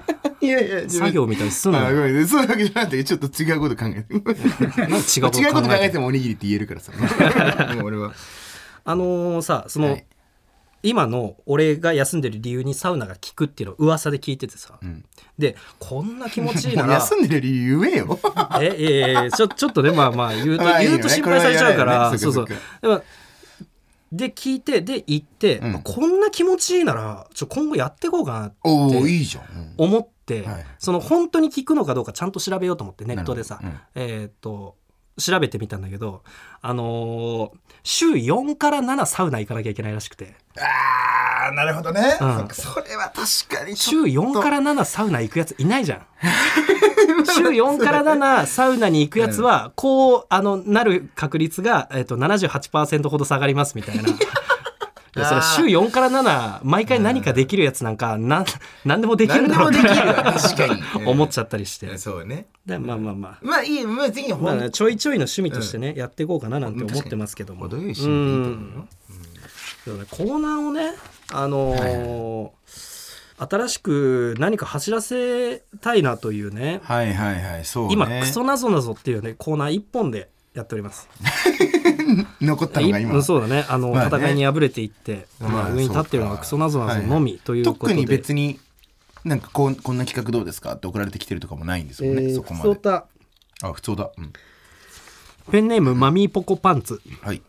いやいや 自分
作業みたいにすんの
あご
よ
めんそういうわけじゃなくてちょっと違うこと考え て違う
なんか違う
こ
こと
と考
考え
え
て
てもおにぎりって言えるからさ もう俺は
あのーさそ
は
の、
い
今の俺が休んでる理由にサウナが効くっていうのを噂で聞いててさ、
ん
でこんな気持ち いいなら
休んでる理由言えよ
えいやいやいやちょちょっとねまあまあ言うと、
まあいいよね
言うと心配されちゃうから、
これはやだよね
そうそ
そうっかそっ
でもで聞いてで行って、
うん
こんな気持ちいいならちょ今後やっていこうかなって
おおいいじゃん
思って、
はい
その本当に聞くのかどうかちゃんと調べようと思ってネットでさ、
なるほ
えーっと調べてみたんだけどあのー週4から7サウナ行かなきゃいけないらしくて
あーなるほどね、
うん
そっかそれは確かにちょ
週4から7サウナ行くやついな いじゃん週4から7サウナに行くやつはこうあのなる確率が、えー、と78%ほど下がります みたいな。いやそれ週4から7毎回何かできるやつなんかなん何でもできるんだろう
何でもできる
な
わ確かにうん
思っちゃったりして
そうね
でまあまあまあ
まあいいまあぜひほ
ま
ん
あ、ちょいちょいの趣味としてね、やっていこうかななんて思ってますけども。
程よい
うん
心理でいいと思うよ
そうだねコーナーをね、あのー新しく何か走らせたいなというね、
はいはいはいそうね
今、クソなぞなぞっていうね、コーナー一本でやっております。
残ったのが
う
今
んそうだね、あの、
まあね
戦いに敗れていって、ま
ま
あ、
あ
上に立ってるの
そう
が
か
クソなぞなぞのみということ
特
で。
に別になんかこうこんな企画どうですかって送られてきてるとかもないんですよね、
えー
そこ
ク
ま
ソ
で
タ
あ普通だ、うん、
ペンネームマミーポコパンツ
はい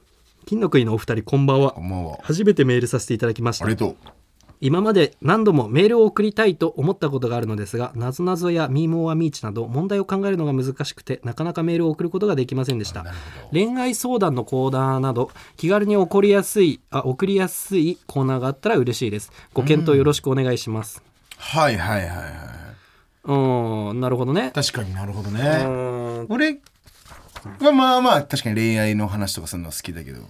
金の国のお二人こんばんは
こんばんは
初めてメールさせていただきまし
あ
た
りがとう
今まで何度もメールを送りたいと思ったことがあるのですがなぞなぞやミーモアミーチなど問題を考えるのが難しくてなかなかメールを送ることができませんでした恋愛相談のコーナーなど気軽に起こりやすいあ送りやすいコーナーがあったら嬉しいですご検討よろしくお願いします
はいはいはいはい
うんんなるほどね
確かになるほど
う
ね
ーん
俺はまあまあ確かに恋愛の話とかするのは好きだけど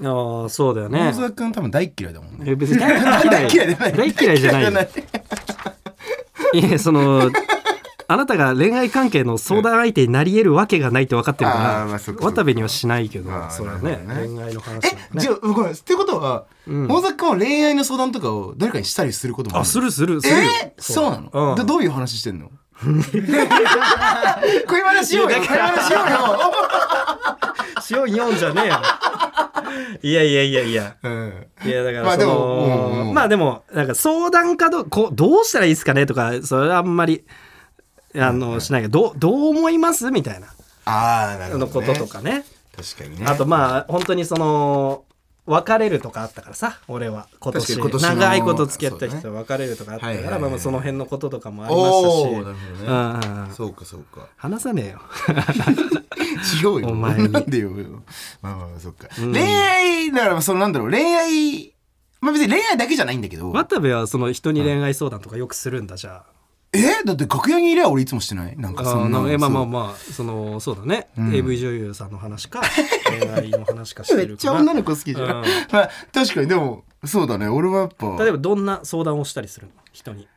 あーそうだよね
野沢君多分大っ嫌いだもんね
え別に大
大
嫌
嫌い
い
じゃない
大嫌いじゃないよ
大
いやそのあなたが恋愛関係の相談相手になり得るわけがないって分かってるから、
あーまあそっかそっか
渡部にはしないけど
あー
それは
な
ね
るほどね
恋愛の話は
え
ね
じゃあごめんってことは
うん
野沢君は恋愛の相談とかを誰かにしたりすることも
あ
る
するするするよ
えー、そうなの、
うん
どどういう話してん の恋話しようよ恋話しようよ
しようよんじゃねえよ いやいやいやいや
うん
いやだか
ま
ら
あ
そ
でも
の
うんうん
まあでもなんか相談かどうこうどうしたらいいですかねとかそれはあんまりあのしないけどどうどう思いますみたいな
ああなるほど、ね、
のこととかね
確かにね
あとまあ本当にその別れるとかあったからさ俺は今年
確かに今年の
長いこと付き合った人と別れるとかあったから、
そうねはいはいはい
まあまあその辺のこととかもありま
おおーなる
し
ほど
たし、
ね、
うんうんうん、
そうかそうか
話さね えよ
違うよ
お前に
なんでよまあまあまあそっか、恋愛だからそのなんだろう恋愛まあ別に恋愛だけじゃないんだけど
渡部はその人に恋愛相談とかよくするんだじゃあ。
えだって楽屋にいれば俺いつもしてないなんかそ
あ
んな
のえまあまあ
そう
まあそのそうだね、AV 女優さんの話か恋愛の話かして
めっ
る
ち
か
ゃ
ら
女の子好きじゃん、
うん
まあ確かにでもそうだね俺はやっぱ
例えばどんな相談をしたりするの人に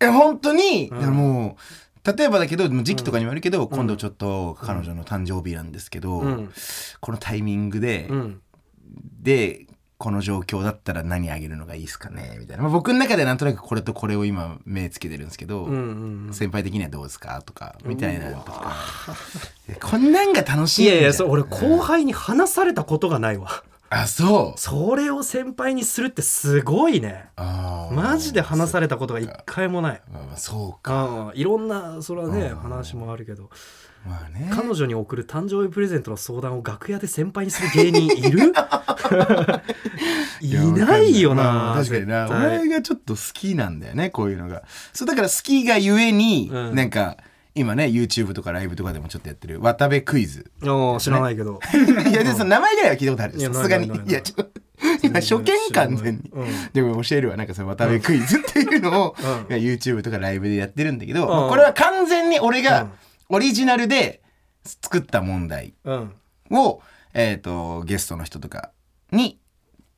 え本当に、でもう例えばだけどもう時期とかにもよるけど、今度ちょっと彼女の誕生日なんですけど、
うん
このタイミングで、
うん
でこの状況だったら何あげるのがいいですかねみたいな、まあ、僕の中でなんとなくこれとこれを今目つけてるんですけど、
うんうん
先輩的にはどうですかとかみたいなのとかいやこんなんが楽しいんじゃん
う俺後輩に話されたことがないわ
あそう
それを先輩にするってすごいね
あー
マジで話されたことが一回もない
まあまあそうか
ああいろんなそれはね話もあるけど
まあね
彼女に送る誕生日プレゼントの相談を楽屋で先輩にする芸人い る い
や
ないよ
まあま
な
あ確かにな
絶対
俺がちょっと好きなんだよねこういうのがそうだから好きがゆえに、
うん
なんか今ね YouTube とかライブとかでもちょっとやってる渡部クイズ
ああ知らないけど
いやでその名前ぐらいは聞いたことある
いや
さすがに
ないないない
いやちょっと今 初見完全に、でも教えるわなんかその渡部クイズっていうのを、
う
YouTube とかライブでやってるんだけど、
ん
まあこれは完全に俺
うん
がオリジナルで作った問題
うん
を、えー、とゲストの人とかに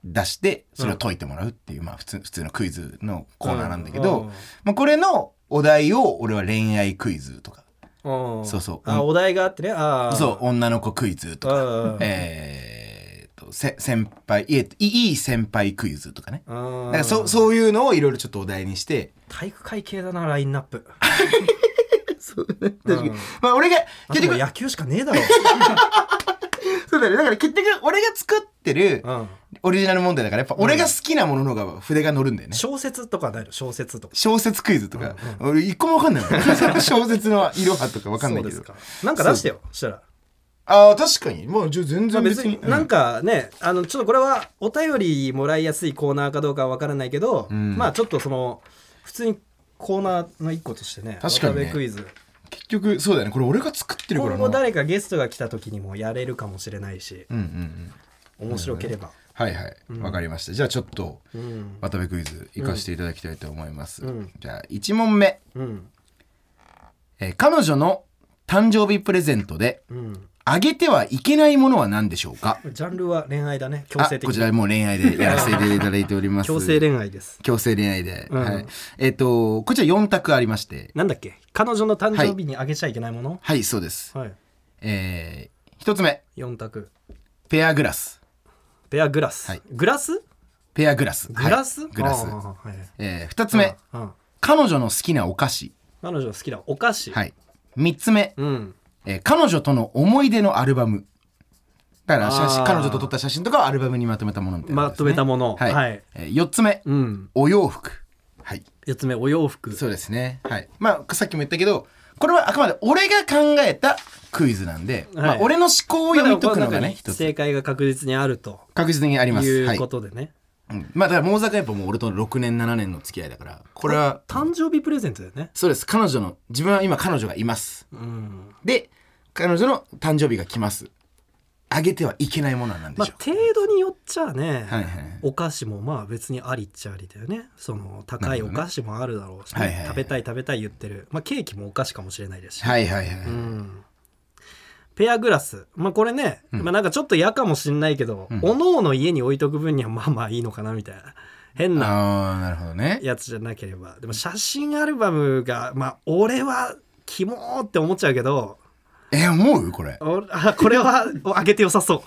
出してそれを解いてもらうっていう、まあ、普通普通のクイズのコーナーなんだけど、
うん
まあ、これのお題を俺は恋愛クイズとか
うん
そうそう
あお題があってねああ
そう女の子クイズとか、
うん
えー、とせ先輩いえいいい先輩クイズとかね
うん
だからそそういうのをいろいろちょっとお題にして、
体育会系だなラインナップ
確かに まあ、俺が
あ
結
とも
局
う野球しかねえ だろ
そうだ,、ね、だから結局俺が作ってる
うん
オリジナル問題だからやっぱ俺が好きなものの方が筆が乗るんだよね。
小説とかないの小説とか
小説クイズとか、俺一個もわかんないもん小説の色はとかわかんないけ
そ
ど
うですかなんか出してよそしたら
ああ確かにもうじゃあ全
まあ
然
別
別に,
に
うん、
なんかねあのちょっとこれはお便りもらいやすいコーナーかどうかは分からないけど、
ん
まあちょっとその普通にコーナーの一個としてね
確かにね
渡辺クイズ
結局そうだよねこれ俺が作ってるから
今
な
後誰かゲストが来た時にもやれるかもしれないし
うんうんうん
面白ければ、
はいはいわ、かりましたじゃあちょっと
うん
渡部クイズ行かせていただきたいと思います、
うん
じゃあ1問目、
うん
えー彼女の誕生日プレゼントで
うん
あげてはいけないものは何でしょうか
ジャンルは恋愛だね強
あ
制的
こちらもう恋愛でやらせていただいております
強制恋愛です
強制恋愛で、
うん
はいえっ、とこちら4択ありまして
なんだっけ彼女の誕生日にあげちゃいけないもの
はいそうです
はい、
えー、一つ目、
四4択
ペアグラス。
ペアグラス、
はい
グラス
ペアグラス。
グラス、
はいグラス
あ。あはい
えー、二つ目、
うんうん
彼女の好きなお菓子。
彼女の好きなお菓子、
はい。三つ目、
うん
えー、彼女との思い出のアルバム。だから写
あ
真、
ー
彼女と撮った写真とかをアルバムにまとめたものみたいな、
まとめたもの
はい。
はい
えー、四つ目、
うん
お洋服。はい。
4つ目お洋服
そうですね。はい。まあ、さっきも言ったけど、これはあくまで俺が考えたクイズなんで、まあ、俺の思考を読み解くのがね、
ま
一
あ
つ。
正解が確実にあると
確実にあります。
い
は
う
い
こ。とでね、
うんまあ、だから、モーザカやっぱもう俺と6年、7年の付き合いだから、これは、
誕生日プレゼントだよね
そうです彼女の自分は今彼女がいます
うん
で彼女の誕生日が来ますあげてはいけないものは何で
まあ
しょう、
程度によっちゃね、
はいはいはい
お菓子もまあ別にありっちゃありだよねその高いお菓子もあるだろうしね、
はいはいはい
食べたい食べたい言ってる、まあ、ケーキもお菓子かもしれないですし、
はいはいはい、
うんペアグラスまあこれね、まあなんかちょっと嫌かもしんないけど、おのおの家に置いとく分にはまあまあいいのかなみたいな変な
ああなるほどね
やつじゃなければでも写真アルバムがまあ俺はキモーって思っちゃうけど
え思うこれ
お あこれはあげて良さそ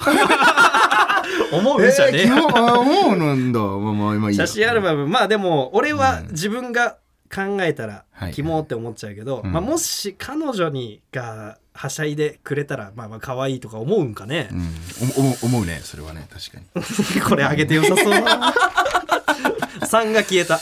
う思うじゃねえ
えー基本あー思うなんだまあまあ今いいや
写真アルバムまあでも俺は自分が考えたら
はい
キモって思っちゃうけど、
うん
まあ、もし彼女にがはしゃいでくれたらまあまあ可愛いとか思うんかね、
うん、おも思うねそれはね確かに
これあげてよさそうだ 3が消えたっ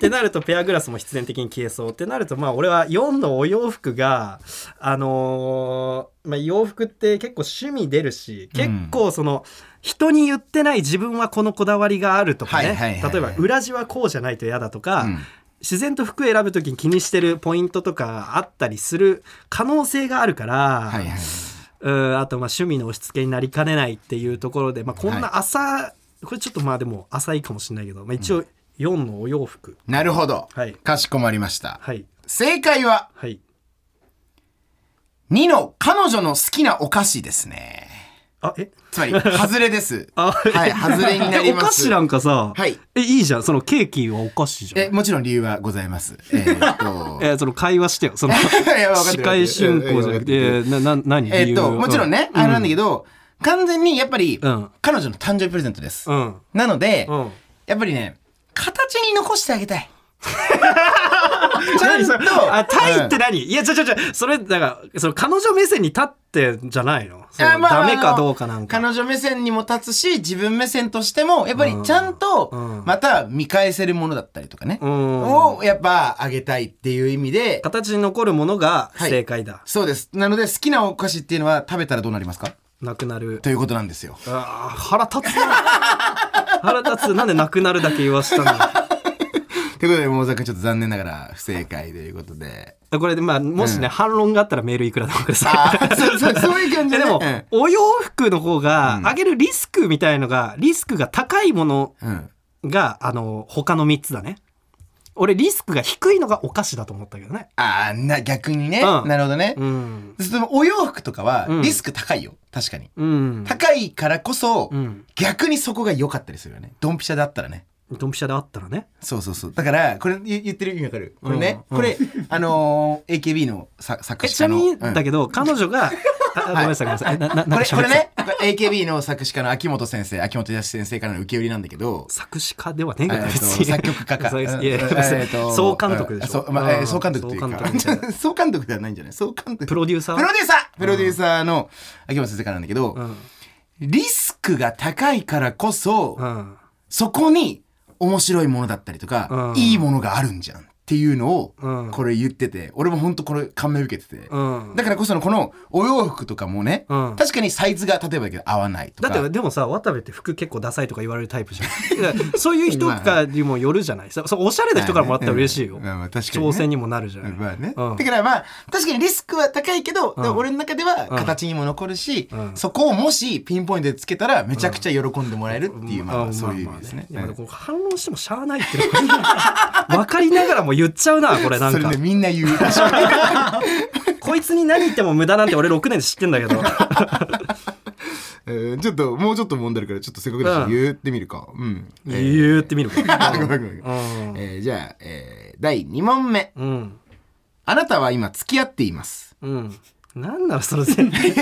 てなるとペアグラスも必然的に消えそうってなるとまあ俺は4のお洋服があのーまあ、洋服って結構趣味出るし
うん
結構その、人に言ってない自分はこのこだわりがあるとかね、
はいはいはいはい
例えば裏地はこうじゃないと嫌だとか、
うん
自然と服選ぶ時に気にしてるポイントとかあったりする可能性があるから、
はいはいはい
うんあとまあ趣味の押し付けになりかねないっていうところで、まあ、こんな浅、これちょっとまあでも浅いかもしれないけど、まあ、一応4のお洋服、
なるほど、
はい
かしこまりました、
はい
正解は
はい
2の彼女の好きなお菓子ですね
あえ
つまり外れです
あ
はい外れになります
お菓子なんかさ、
はい
えいいじゃんそのケーキはお菓子じゃん
えもちろん理由はございますえーっ と
えその会話してよ その
いやわかって
司
る
会進行じゃなくて、えなな何
えーっと
理由は
もちろんね、あれなんだけど完全にやっぱり、
うん
彼女の誕生日プレゼントです、
うん
なので、
うん
やっぱりね形に残してあげたいちゃ
何
ん
そ
と
れあタイって
うん
何、いやちょちょちょそれだからその彼女目線に立ってじゃないのそ
いや
の
まあ
ダメかどうかなんか
彼女目線にも立つし自分目線としてもやっぱりちゃんと
うん
また見返せるものだったりとかね、
うん
をやっぱあげたいっていう意味で
形に残るものが
はい
正解だ、
そうですなので好きなお菓子っていうのは食べたらどうなりますか
なくなる
ということなんですよ
あー腹立つな 腹立つなんでなくなるだけ言わしたの
ということで桃沢君ちょっと残念ながら不正解ということで
これでまあもしね、
う
反論があったらメールいくらでもくださ
ああそうそうそういう感
い
じ
で
で、
で
ね、
も、お洋服の方が
うん
上げるリスクみたいのがリスクが高いもの
うん、うん
があの他の3つだね俺リスクが低いのがお菓子だと思ったけどね
ああな逆にね、
うん
なるほどね、
うん
そのお洋服とかは
うん
リスク高いよ、確かに
うん
高いからこそ、
うん
逆にそこが良かったりするよねドンピシャだったらね
ドンピシャであったらね
そうそうそうだからこれ言言ってる意味わかるこれね、
うん
これ、あのー AKB のさ作
え
詞
ちな
家
み
の
にだ
うん
けど、彼女がああごめんなさいごめんなさいえなななんか
これ
喋
こ
って
れ
た
ね AKB の作詞家の秋元先生秋元康先生からの受け売りなんだけど
作詞家ではねえ
え
から
ー
別
と
に
作曲家か
そう です
うん
いやいや
えーと
総監督でしょ
そうまあえー
うん
総監督という
総監
か
督みたい な
総監督ではないんじゃない総監督
プロデューサー
プロデューサープロデューサーの秋元先生からなんだけど、
うん
リスクが高いからこそ、
うん
そこに面白いものだったりとか、
うん
いいものがあるんじゃんっていうのを、
うん
これ言ってて俺も本当これ感銘受けてて、
うん
だからこそのこのお洋服とかもね、
うん
確かにサイズが例えばだけど合わないと
だ
か
ってでもさ渡部って服結構ダサいとか言われるタイプじゃんいやそういう人かにもよるじゃないそうそうおしゃれな人からもらったら嬉しいよ、
うんまあまあ確かにね
挑戦にもなるじゃない、
まあね、
うん
だからまあ確かにリスクは高いけど、でも俺の中では
うん
形にも残るし、
うん
そこをもしピンポイントでつけたらめちゃくちゃ喜んでもらえるっていう、まあまあそういう意味ですね。
いや
うん
でもこう反論してもしゃあないっていうのが分かりながらも言っちゃうなこれなん
それ
か、
ねみんな言うらしい
こいつに何言っても無駄なんて俺6年で知ってんだけど
えーちょっともうちょっと問題あるからちょっとせっかくだし
うん
言ってみるか。うん。えー
言ってみるか
ごめんごめんごめん
うん
えーじゃあ、えー第2問目。
うん
あなたは今付き合っています。
うんなんなの その前提
い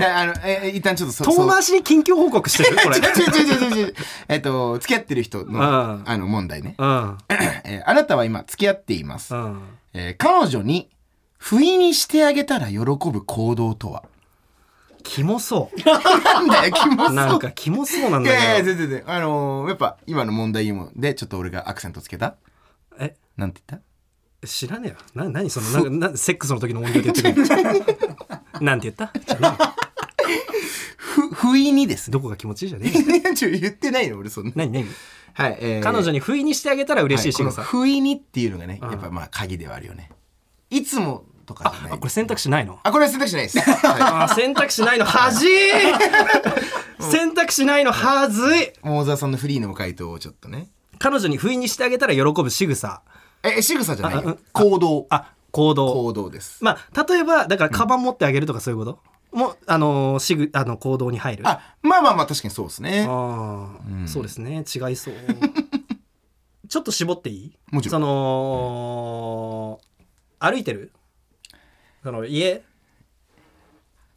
やあの、えー一旦ちょっとそ
遠回しに近況報告してるこれ
そう違う違う違う違う違う えっと、付き合ってる人の、
あ
あ
あ
の問題ね、
うん
えーあなたは今付き合っています
う。ん
えー彼女に不意にしてあげたら喜ぶ行動とは
キモそ
なんだよ、キモ
う な
そ
ん
う。
かキモそうなん
い
だけど
やいや、全然全然。あのーやっぱ今の問題にも、で、ちょっと俺がアクセントつけた
え
なんて言った
知らねえよな何そのなんかなセックスの時の音量で言ってく るなんて言ったじゃあな
ふ、不意にですね。
どこが気持ちいいじゃねえよ
ちょ言ってないの俺そんな。
何何
はい、えー
彼女に不意にしてあげたら嬉しい仕
はい
草、
この不意にっていうのがね、
うん
やっぱまあ鍵ではあるよね。いつもとかじゃない。
あこれ選択肢ないの
あこれは選択肢ない です。は
あー選択肢ないの恥じい 選択肢ないの恥ずい
い。モーザーさんのフリーの回答をちょっとね。
彼女に不意にしてあげたら喜ぶ仕草
え、仕草じゃない
ああ
よ。行動。
あ行動
行動です。
まあ例えばだからカバン持ってあげるとかそういうこと、もあのーしぐあの行動に入るあ
あ、まあまあまあ確かにそうですね。
あー、そうですね違いそう ちょっと絞っていい
もちろん
その歩いてるその家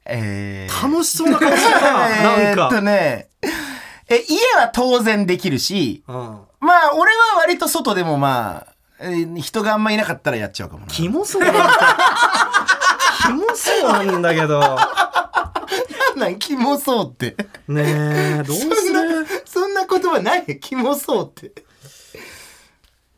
えー
楽しそうな感じだななん
えーっと
か
ね、え、家は当然できるし、
うん。
まあ、俺は割と外でもまあ、えー人があんまいなかったらやっちゃうかもな。
キモそうなんだキモそうなんだけど
なんキモそうって。
ねえどう
そん
す
な
る、
そんな言葉ないよキモそうって。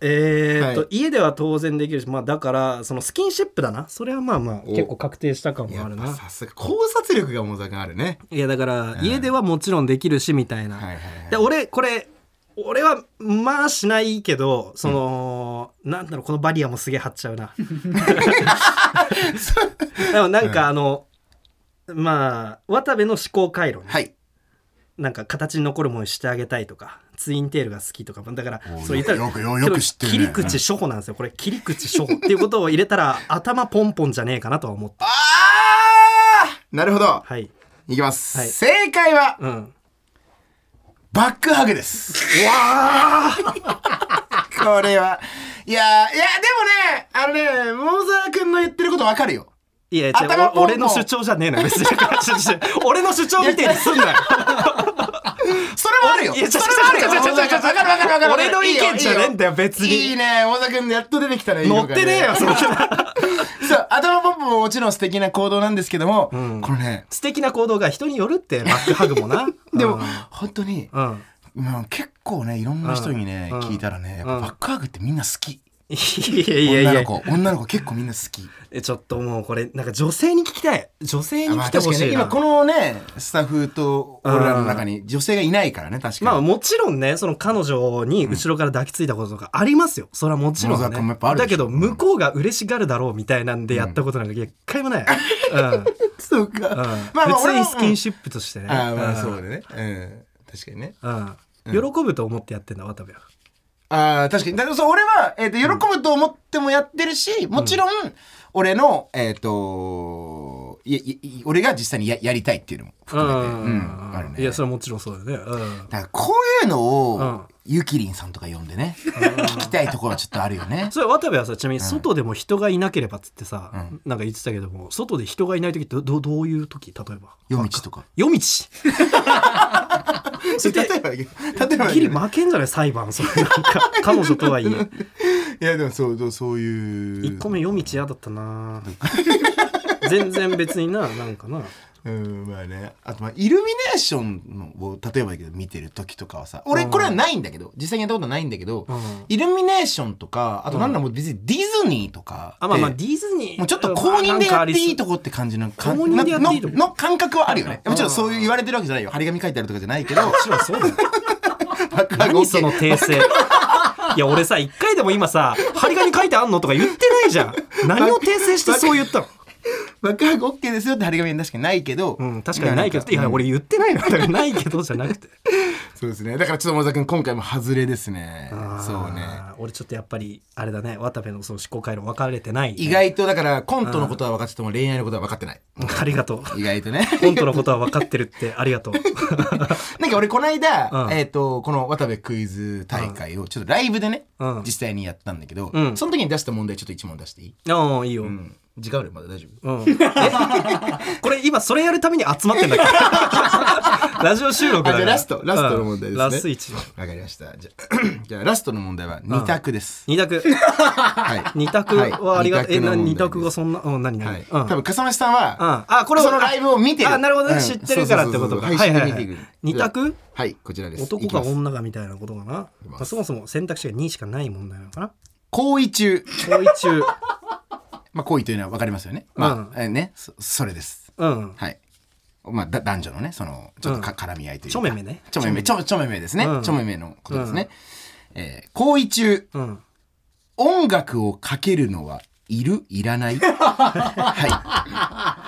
えーっと、
はい
家では当然できるし、まあだから、そのスキンシップだな。それはまあまあ、
お
結構確定した感もあるな。
さすが、考察力がモザがあるね。
いやだから、家ではもちろんできるし、みたいな。
いはい
で、俺、これ、俺は、まあしないけど、その、なんだろう、このバリアもすげえ張っちゃ うな。でもなんかあの、まあ、渡部の思考回路ね。
はい。
なんか形に残るものにしてあげたいとかツインテールが好きとかだから
おー
そう言ったら
よくよくよく知ってるね
切り口初歩なんですよこれ切り口初歩っていうことを入れたら頭ポンポンじゃねえかなとは思った
あーなるほど。
はい
いきます。
はい
正解は、
うんわ
バックハグです。
あ
これは。いやー、いや、でもね、あのね、モザ君の言ってることわかるよ。
いや違う
頭ポンポン
俺の主張じゃねえのよ別に ちょちょちょ俺の主張みたいにすんなよ
それもあるよ。
いやち
そ
ょ
れ
ちょ
もあ
ちょ
るよ。
ちょちょちょちょ
わかるわかるわかる。
俺の意見じゃねえんだよ別に
いいよいいね、モザ君のやっと出てきたね。
乗ってねえよその
えよ。そう、頭ポンポンももちろん素敵な行動なんですけども、
ん
これね、
素敵な行動が人によるってバックハグもな
でも
うん、
本当に、
うん
まあ、結構ねいろんな人にね、
うん
聞いたらねやっぱ
うん
バックハグってみんな好き、
いやい
女の
やいや
子女の子結構みんな好き
えちょっともうこれなんか女性に聞きたい女性に
ま
来
あ
て
確か
ほ
に
しい
ね
な
今このねスタッフと俺らの中に女性がいないからね確かに
まあもちろんねその彼女に後ろから抱きついたこととかありますよ、それはもちろん、
野
ね
坂もやっぱあ、るでし
だ
ょ
けど向こうが嬉しがるだろうみたいなんでやったことなんか一回もない、う んうん
そうか、まあまあ
普通
俺も
にスキンシップとしてね、
うんああまあ
うん
そうだねうん確かにね
うん喜ぶと思ってやってんだ渡部は
ああ確かにだからそう俺は、えー、と喜ぶと思ってもやってるし、もちろん俺のえっ、といやいい俺が実際にややりたいっていうのも含めて、うんあるね
いやそれはもちろんそうだよね、うん
だからこういうのを、
うん
ゆきりんさんとか呼んでね、聞きたいところはちょっとあるよね。
それ渡部はさちなみに外でも人がいなければっつってさ、なんか言ってたけども外で人がいない時ってどどどういう時例えば
夜道とか。
夜道
例えば、例えば、
ギリ負けんじゃない裁判それなんか彼女とはいえ
いやでもそうそうそういう。
1個目夜道嫌だったな全然別にななんかな
うんまあね。あとまあイルミネーションのを例えばだけど見てる時とかはさ、俺これはないんだけど、実際にやったことないんだけど、
ん
イルミネーションとかあとなんだろう別にディズニーとかって。
あまあまあディズニー
もうちょっと公認でやっていいと
こ
こって感じの
公認でやっていいとこ
のの感覚はあるよね。もちろんそう言われてるわけじゃないよ。張り紙書いてあるとかじゃないけど。もちろんそうだよ。
何その訂正いや俺さ一回でも今さ「張り紙書いてあんの?」とか言ってないじゃん何を訂正してそう言ったの
爆破 OK ですよって張り紙に確かにないけど、
うん確かにないけどい
や
や俺言ってないのだからないけどじゃなくて
そうですねだからちょっと森田君今回も外れですねそうね
あー俺ちょっとやっぱりあれだね渡部のその思考回路分かれてないね、
意外とだからコントのことは分かってても恋愛のことは分かってない
ありがとう
意外とね
コントのことは分かってるってありがとう
なんか俺この間、
うん
えっ、とこの渡部クイズ大会をちょっとライブでね、
うん
実際にやったんだけど、
うん
その時に出した問題ちょっと一問出していい、
ああいいよ、
うん、時間あるまだ大丈夫
うん、え これ今それやるために集まってんだっけ ラジオ収録だから
あじゃあラストラストの問題ですね
うんラス1
わかりましたじゃあじゃあラストの問題は2択です、
二択
はい
二択はありが、えな二択が
が
そんなうん何何、
はい、
うん、
多分笠間さんは、
うんあこれ
そのライブを見てる
あなるほどね、
うん
知ってるからってことか
そうそうそうそう
はいは
配
い
信
は
で見て
い
くる
二択
はいこちらです
男
いきま
か
す
女かみたいなことかなま
きます
あ、そもそも選択肢が2しかない問題なのかな
行為中
行為中
まあ行為というのは分かりますよねまあ、えねそそれです
うん
はいまあだ男女のねそのちょっとか、絡み合いというか
ちょめめね
ちょめめちょちょめめですね、
うん
ちょめめのことですね、えー行為中
うん
音楽をかけるのはいるいら ないはい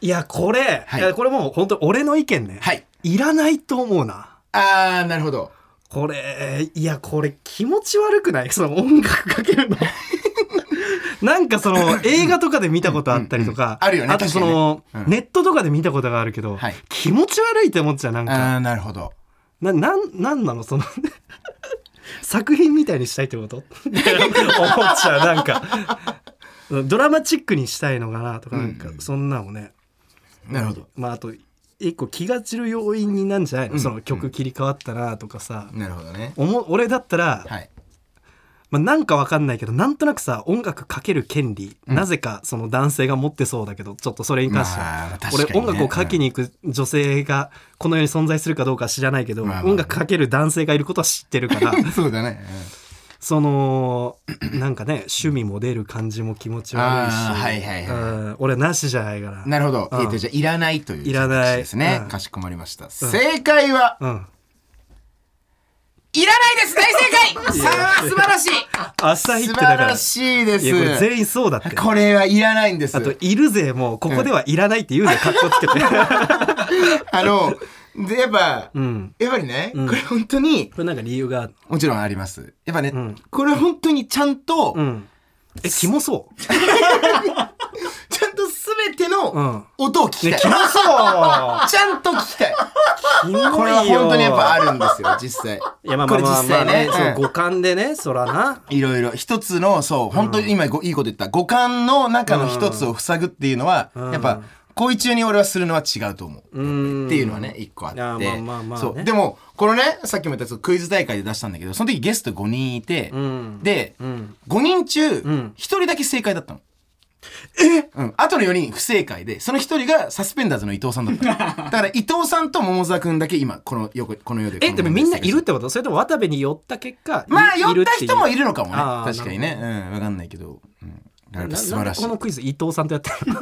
やこれ、
はい
いやこれもう本当俺の意見ね、
いはい
いらないと思うな
あーなるほど
これいやこれ気持ち悪くない その音楽かけるの なんかその映画とかで見たことあったりと
うんうんう
か
んあるよね
あとその、
確かにねうん
ネットとかで見たことがあるけど、
はい
気持ち悪いって思っちゃうなんか
あーなるほど
ななんなんなのその 作品みたいにしたいってこと 思っちゃうなんかドラマチックにしたいのかなとかなんか、そんなのね
なるほど
まああと一個気が散る要因になんじゃないの、その曲切り替わったなとかさ、
なるほどね
おも俺だったら、
はい
まあ、なんかわかんないけどなんとなくさ音楽かける権利、なぜかその男性が持ってそうだけどちょっとそれに関しては、
まあ確かに
俺
ね
音楽をかけに行く女性がこの世に存在するかどうかは知らないけど、
まあまあまあ
音楽かける男性がいることは知って るから
そうだね、
そのなんかね趣味も出る感じも気持ち悪いし、
あーはいはいはい
うん俺なしじゃないから
うんなるほど、
うん
えーとじゃあいらないという
いら
選択
ない
肢ですね、
うん
かしこまりました、正解は
うん、
いらないです大正解さあ素晴らしい
朝一
素
ってだ
晴
から
らしいです
いやこれ全員そうだって
これはいらないんです
あと「いるぜ」もうここではいらないって言うねかっこ つけて
あ のでやっぱ、
うん
やっぱりね、これ本当に
これなんか理由が
もちろんありますやっぱね、
ん
これ本当にちゃんと、
うんえキモそう
ちゃんと全て
う
の
ん
音を聞き
ね
たい、
キモそう
ちゃんと聞きたい
キモいよ
これは本当にやっぱあるんですよ実際
いやまあまあまあまあ
これ
ね
実
そ
際ね
う五感でねそらない
ろいろ一つのそう本当に今ごいいこと言った五感の中の一つを塞ぐっていうのは、やっぱ恋中に俺はするのは違うと思う、
うん
っていうのはね一個あって
あーまあまあまあね
そうでもこのねさっきも言ったそうクイズ大会で出したんだけどその時ゲスト5人いて、
ん
で、
ん
5人中1
ん
人だけ正解だったの。えうん。あとの4人不正解で、その1人がサスペンダーズの伊藤さんだったの。だ から伊藤さんと桃沢くんだけ今、この世、この世で。
えでもみんないるってことそれとも渡部に寄った結果
まあ、
い
寄った
てい
人もいるのかもね
あ。ー
確かにね。うん。わかんないけど。うん。だからやっ
な
ぱ素
な
晴
ん
ら
で
しい
こ。のクイズ伊藤さんとや ったの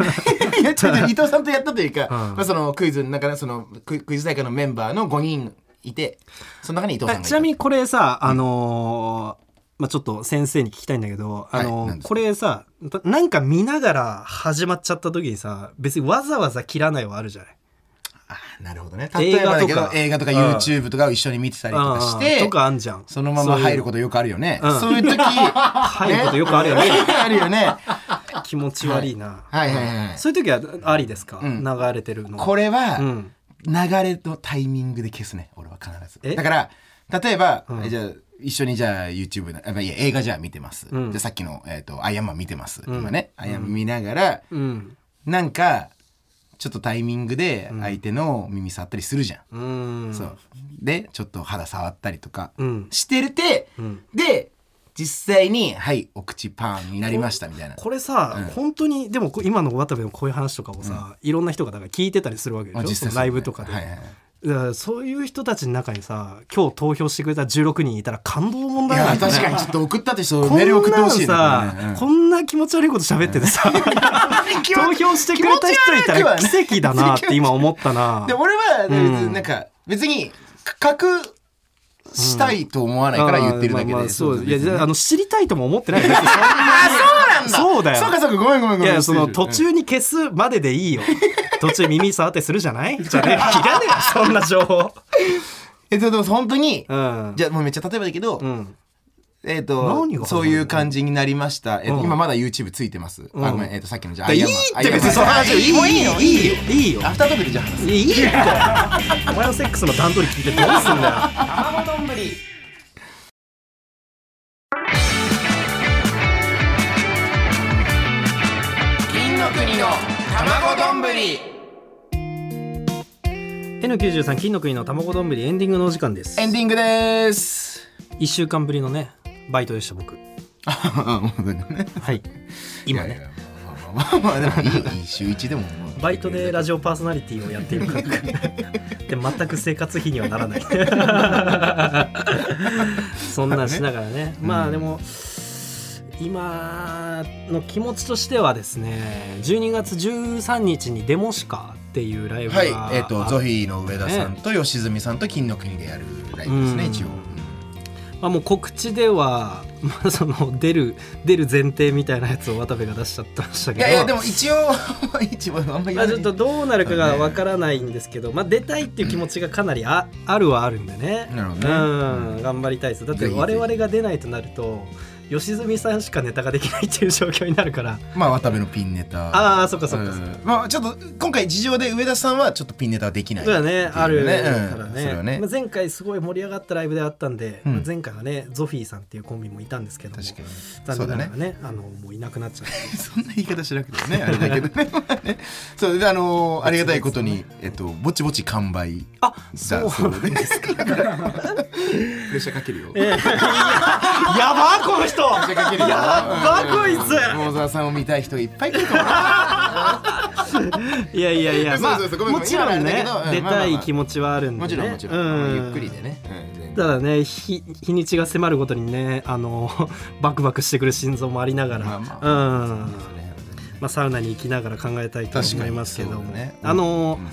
いや、ちょっと伊藤さんとやったというか、まあそのクイズの中で、そのクイクイズ大会のメンバーの5人いて、その中に伊藤さんがいた。
ちなみにこれさあのーまあちょっと先生に聞きたいんだけど、あの
はい
ー
何ですか
これさたなんか見ながら始まっちゃった時にさ別にわざわざ切らないはあるじゃない
なるほどね。例
映
え
画と
ば
か
だけど、映画とか
うん
YouTube とかを一緒に見てたりとかして、
うんとかあんじゃん
そのまま入ることとよくあるよね。
うん
そういう時、入
入ることよくあるよね
あるよね。
気持ち悪いな、
はいはいはいはい。
そういう時はありですか、
ん
流れてるの
これは、
うん
流れのタイミングで消すね。俺は必ず。
え
だから、例えば、えじゃあ、一緒にじゃあ YouTube な、あまあいや映画じゃあ見てます。
うん
じゃあさっきの、えっ、と、アイアンマン見てます。今ね、アイアンマン見ながら、
うん
なんか、ちょっとタイミングで相手の耳触ったりするじゃん。
うん
そうでちょっと肌触ったりとか
うん
してるて、
ん
で実際に「はいお口パンになりました」みたいな
これさ、本当にでもこ今の渡部のこういう話とかをさ、いろんな人がだから聞いてたりするわけでしょ、
まあ
その
そう
ラ
ね
イブとかで、
はいはい
だからそういう人たちの中にさ今日投票してくれた16人いたら感動もんだ
い
よ
や
ね
確かにちょっと送ったって人
こん
メール送って
な
ほ
の
しいね
さ、
こ
こんな気持ち悪いこと喋っててさ
れねうん
投票してくれた人いたら奇跡だな って今思ったな
で俺は
うん
なんか別に隠したいと思わないから言ってるだけ
あーまあま
で
あそう
そう
いやじゃああの知りたいとも思ってな いよ
あ
そうだよ
そうかそうかごめんごめんごめん
いやその
失礼
途中に消すまででい いよ途中耳触ってするじゃないじゃねえいらねえよそんな情報
えでも本当に
うん
じゃあもうめっちゃ例えばだけど
うん
えっ
何
と
が
そういう感じになりました、えっと
うん
今まだ YouTube ついてます、あごめんえっとさっきのじゃあア
い
イ
い
ア
っ
ンマン
て別にその
アイアンマン
話をいい
も
よ
ういいよいいよ
いいよ
アフタートークでじゃあ話す
いいよいいってお前のセックスの段取り聞いてどうすんだよ
金の国の卵丼ぶり
N93 金の国の卵丼エンディングのお時間です
エンディング です
1週間ぶりのねバイトでした僕はい今ね
まあまあまあでもいいよいい週一でももう
バイトでラジオパーソナリティをやってい るからで全く生活費にはならないそんなんしながらねまあでも今の気持ちとしてはですね12月13日に「デモシカ」っていうライブが、
はいえっとゾフ
ま
ィーの上田さんと吉住さんと金の国でやるライブですね
うん
一応
あ、もう告知では、まあ、その出る出る前提みたいなやつを渡部が出しちゃってました
い
けど
やいやでも一応 一応あんまり
まあ、ちょっとどうなるかがわからないんですけど、まあ、出たいっていう気持ちがかなりああるはあるんでね
なるほどね
うん、頑張りたいですだって
ぜひぜひ
我々が出ないとなると良純さんしかネタができないっていう状況になるから
まあ渡部のピンネタ
ああそっかそっかそっか、
うんまあちょっと今回事情で上田さんはちょっとピンネタはできない
そうだね、ある
ね
から
うんそれ
ね。
はね
まあ、前回すごい盛り上がったライブであったんで、
うん
まあ前回はね、ゾフィーさんっていうコンビもいたんですけども、
確かに
残
そう
念
だ
なが
ね
らね、あのもういなくなっちゃって。
そんな言い方しなくてもね、あれだけど ね。そうで、あのーありがたいことに、えっと、ぼちぼち完売。
あ、
だ
そう。
そうです。だから プレッシャーかけるよ。
ええやばーこの人。
プレッシャーかけるよ
やばこいつ
うん桃沢さんを見たい人がいっぱい来るかもな。
いやいやいや、まあ
そうそうそうごめんご
も
めん
ちろん
今
ね
のあれだけどう、んまあまあ
出
ま
た
あ
い気持ちはあるんでね。
もちろん、もちろ。
うん
ゆっくりでね。うん
ただね日日にちが迫るごとにねあの バクバクしてくる心臓もありながら、
まあ
うんまあ、サウナに行きながら考えたいと
確
思
か
い
に
ますけども、
そうだね
あのー
うん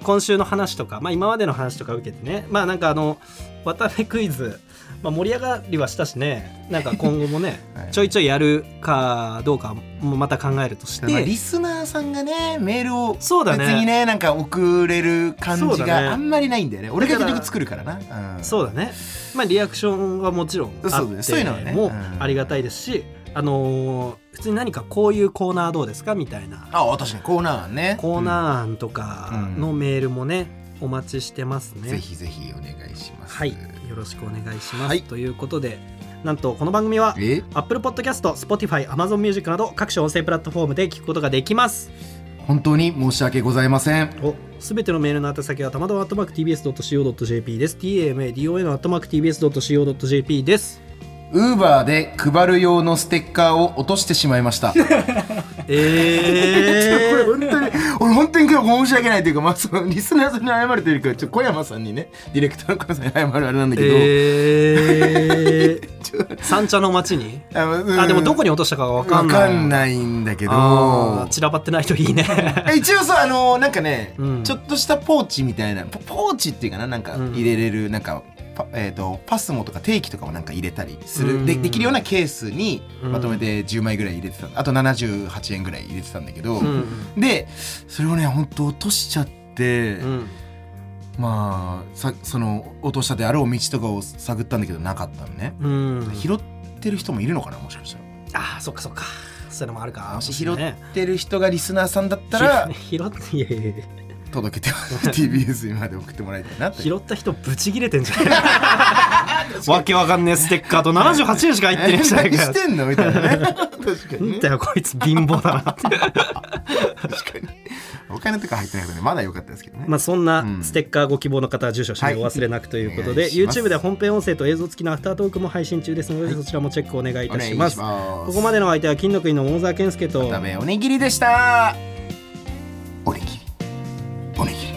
今週の話とか、まあ、今までの話とか受けてねまあなんかあの渡辺クイズ、まあ、盛り上がりはしたしねなんか今後もね
はい
ちょいちょいやるかどうかもまた考えるとして
ただまあリスナーさんがねメールを別
そうだね
にねなんか送れる感
そ
じ
うだね
があんまりないんだよね俺が
だから
結局作るからなうん
そうだね、まあ、リアクションはもちろんあ
そう
っ
だ
て
ねそういうのはね
も
うん
ありがたいですし、あのー普通に何かこういうコーナーどうですかみたいな
あ確かにコーナーね
コーナー案とかのメールもねお待ちしてますね。
ぜひぜひお願いします。
はい、よろしくお願いします、
はい
ということでなんとこの番組は
え
Apple Podcast、Spotify、Amazon Music など各種音声プラットフォームで聞くことができます。
本当に申し訳ございません。
おすべてのメールの宛先はたまどアットマーク TBS.CO.JP です。TAMADON アットマーク TBS.CO.JP です。
ウーバーで配る用のステッカーを落としてしまいました。
えー、
本当に、俺本当に今日申し訳ないというか、まあ、そのリスナーさんに謝るというよりか、ちょっと小山さんにね、ディレクターの小山さんに謝るあれなんだけど。
えー、 三茶の街に
あのうん
あ、でもどこに落としたかがわか
わ
んない。
かんないんだけど。
あー散らばってないといいね。
え一応さあのーなんかね、
うん
ちょっとしたポーチみたいなポポーチっていうかななんか
うん
入れれる、なんかパ,、えー、とパスモとか定期とかもなんか入れたりする、で
うん
できるようなケースに
うん
まとめて10枚ぐらい入れてたあと78円ぐらい入れてたんだけど、
うん、
でそれをねほんと落としちゃって、
うん、
まあさその落としたであろう道とかを探ったんだけどなかったのね、
うん。
拾ってる人もいるのかなもしかしたら
ああ、そっかそっか。そういうのもあるか。
もし拾っ
ね
てる人がリスナーさんだったら
拾っていやいやいや
届けて TBS にまで送ってもらいたいなって
拾った人ブチギレてんじゃ んわけわかんねえステッカーと78円しか入ってねえじゃない
何
か
し
よ
てんのみたいな ね確か
な
に
ん
ね
だよこいつ貧乏だなって
確かにお金とか入ってなくてねまだ良かったですけどね、
まあそんな
うん
ステッカーご希望の方は住所氏名をお忘れなくということで、
はいお願いします
YouTube では本編音声と映像付きのアフタートークも配信中ですので、そちらもチェックお願いい
お
た
願い
し
し
ま
ますす
ここまでのお相手は金の国の桃沢健介と
ダメおにぎりでしたおにぎりおにぎり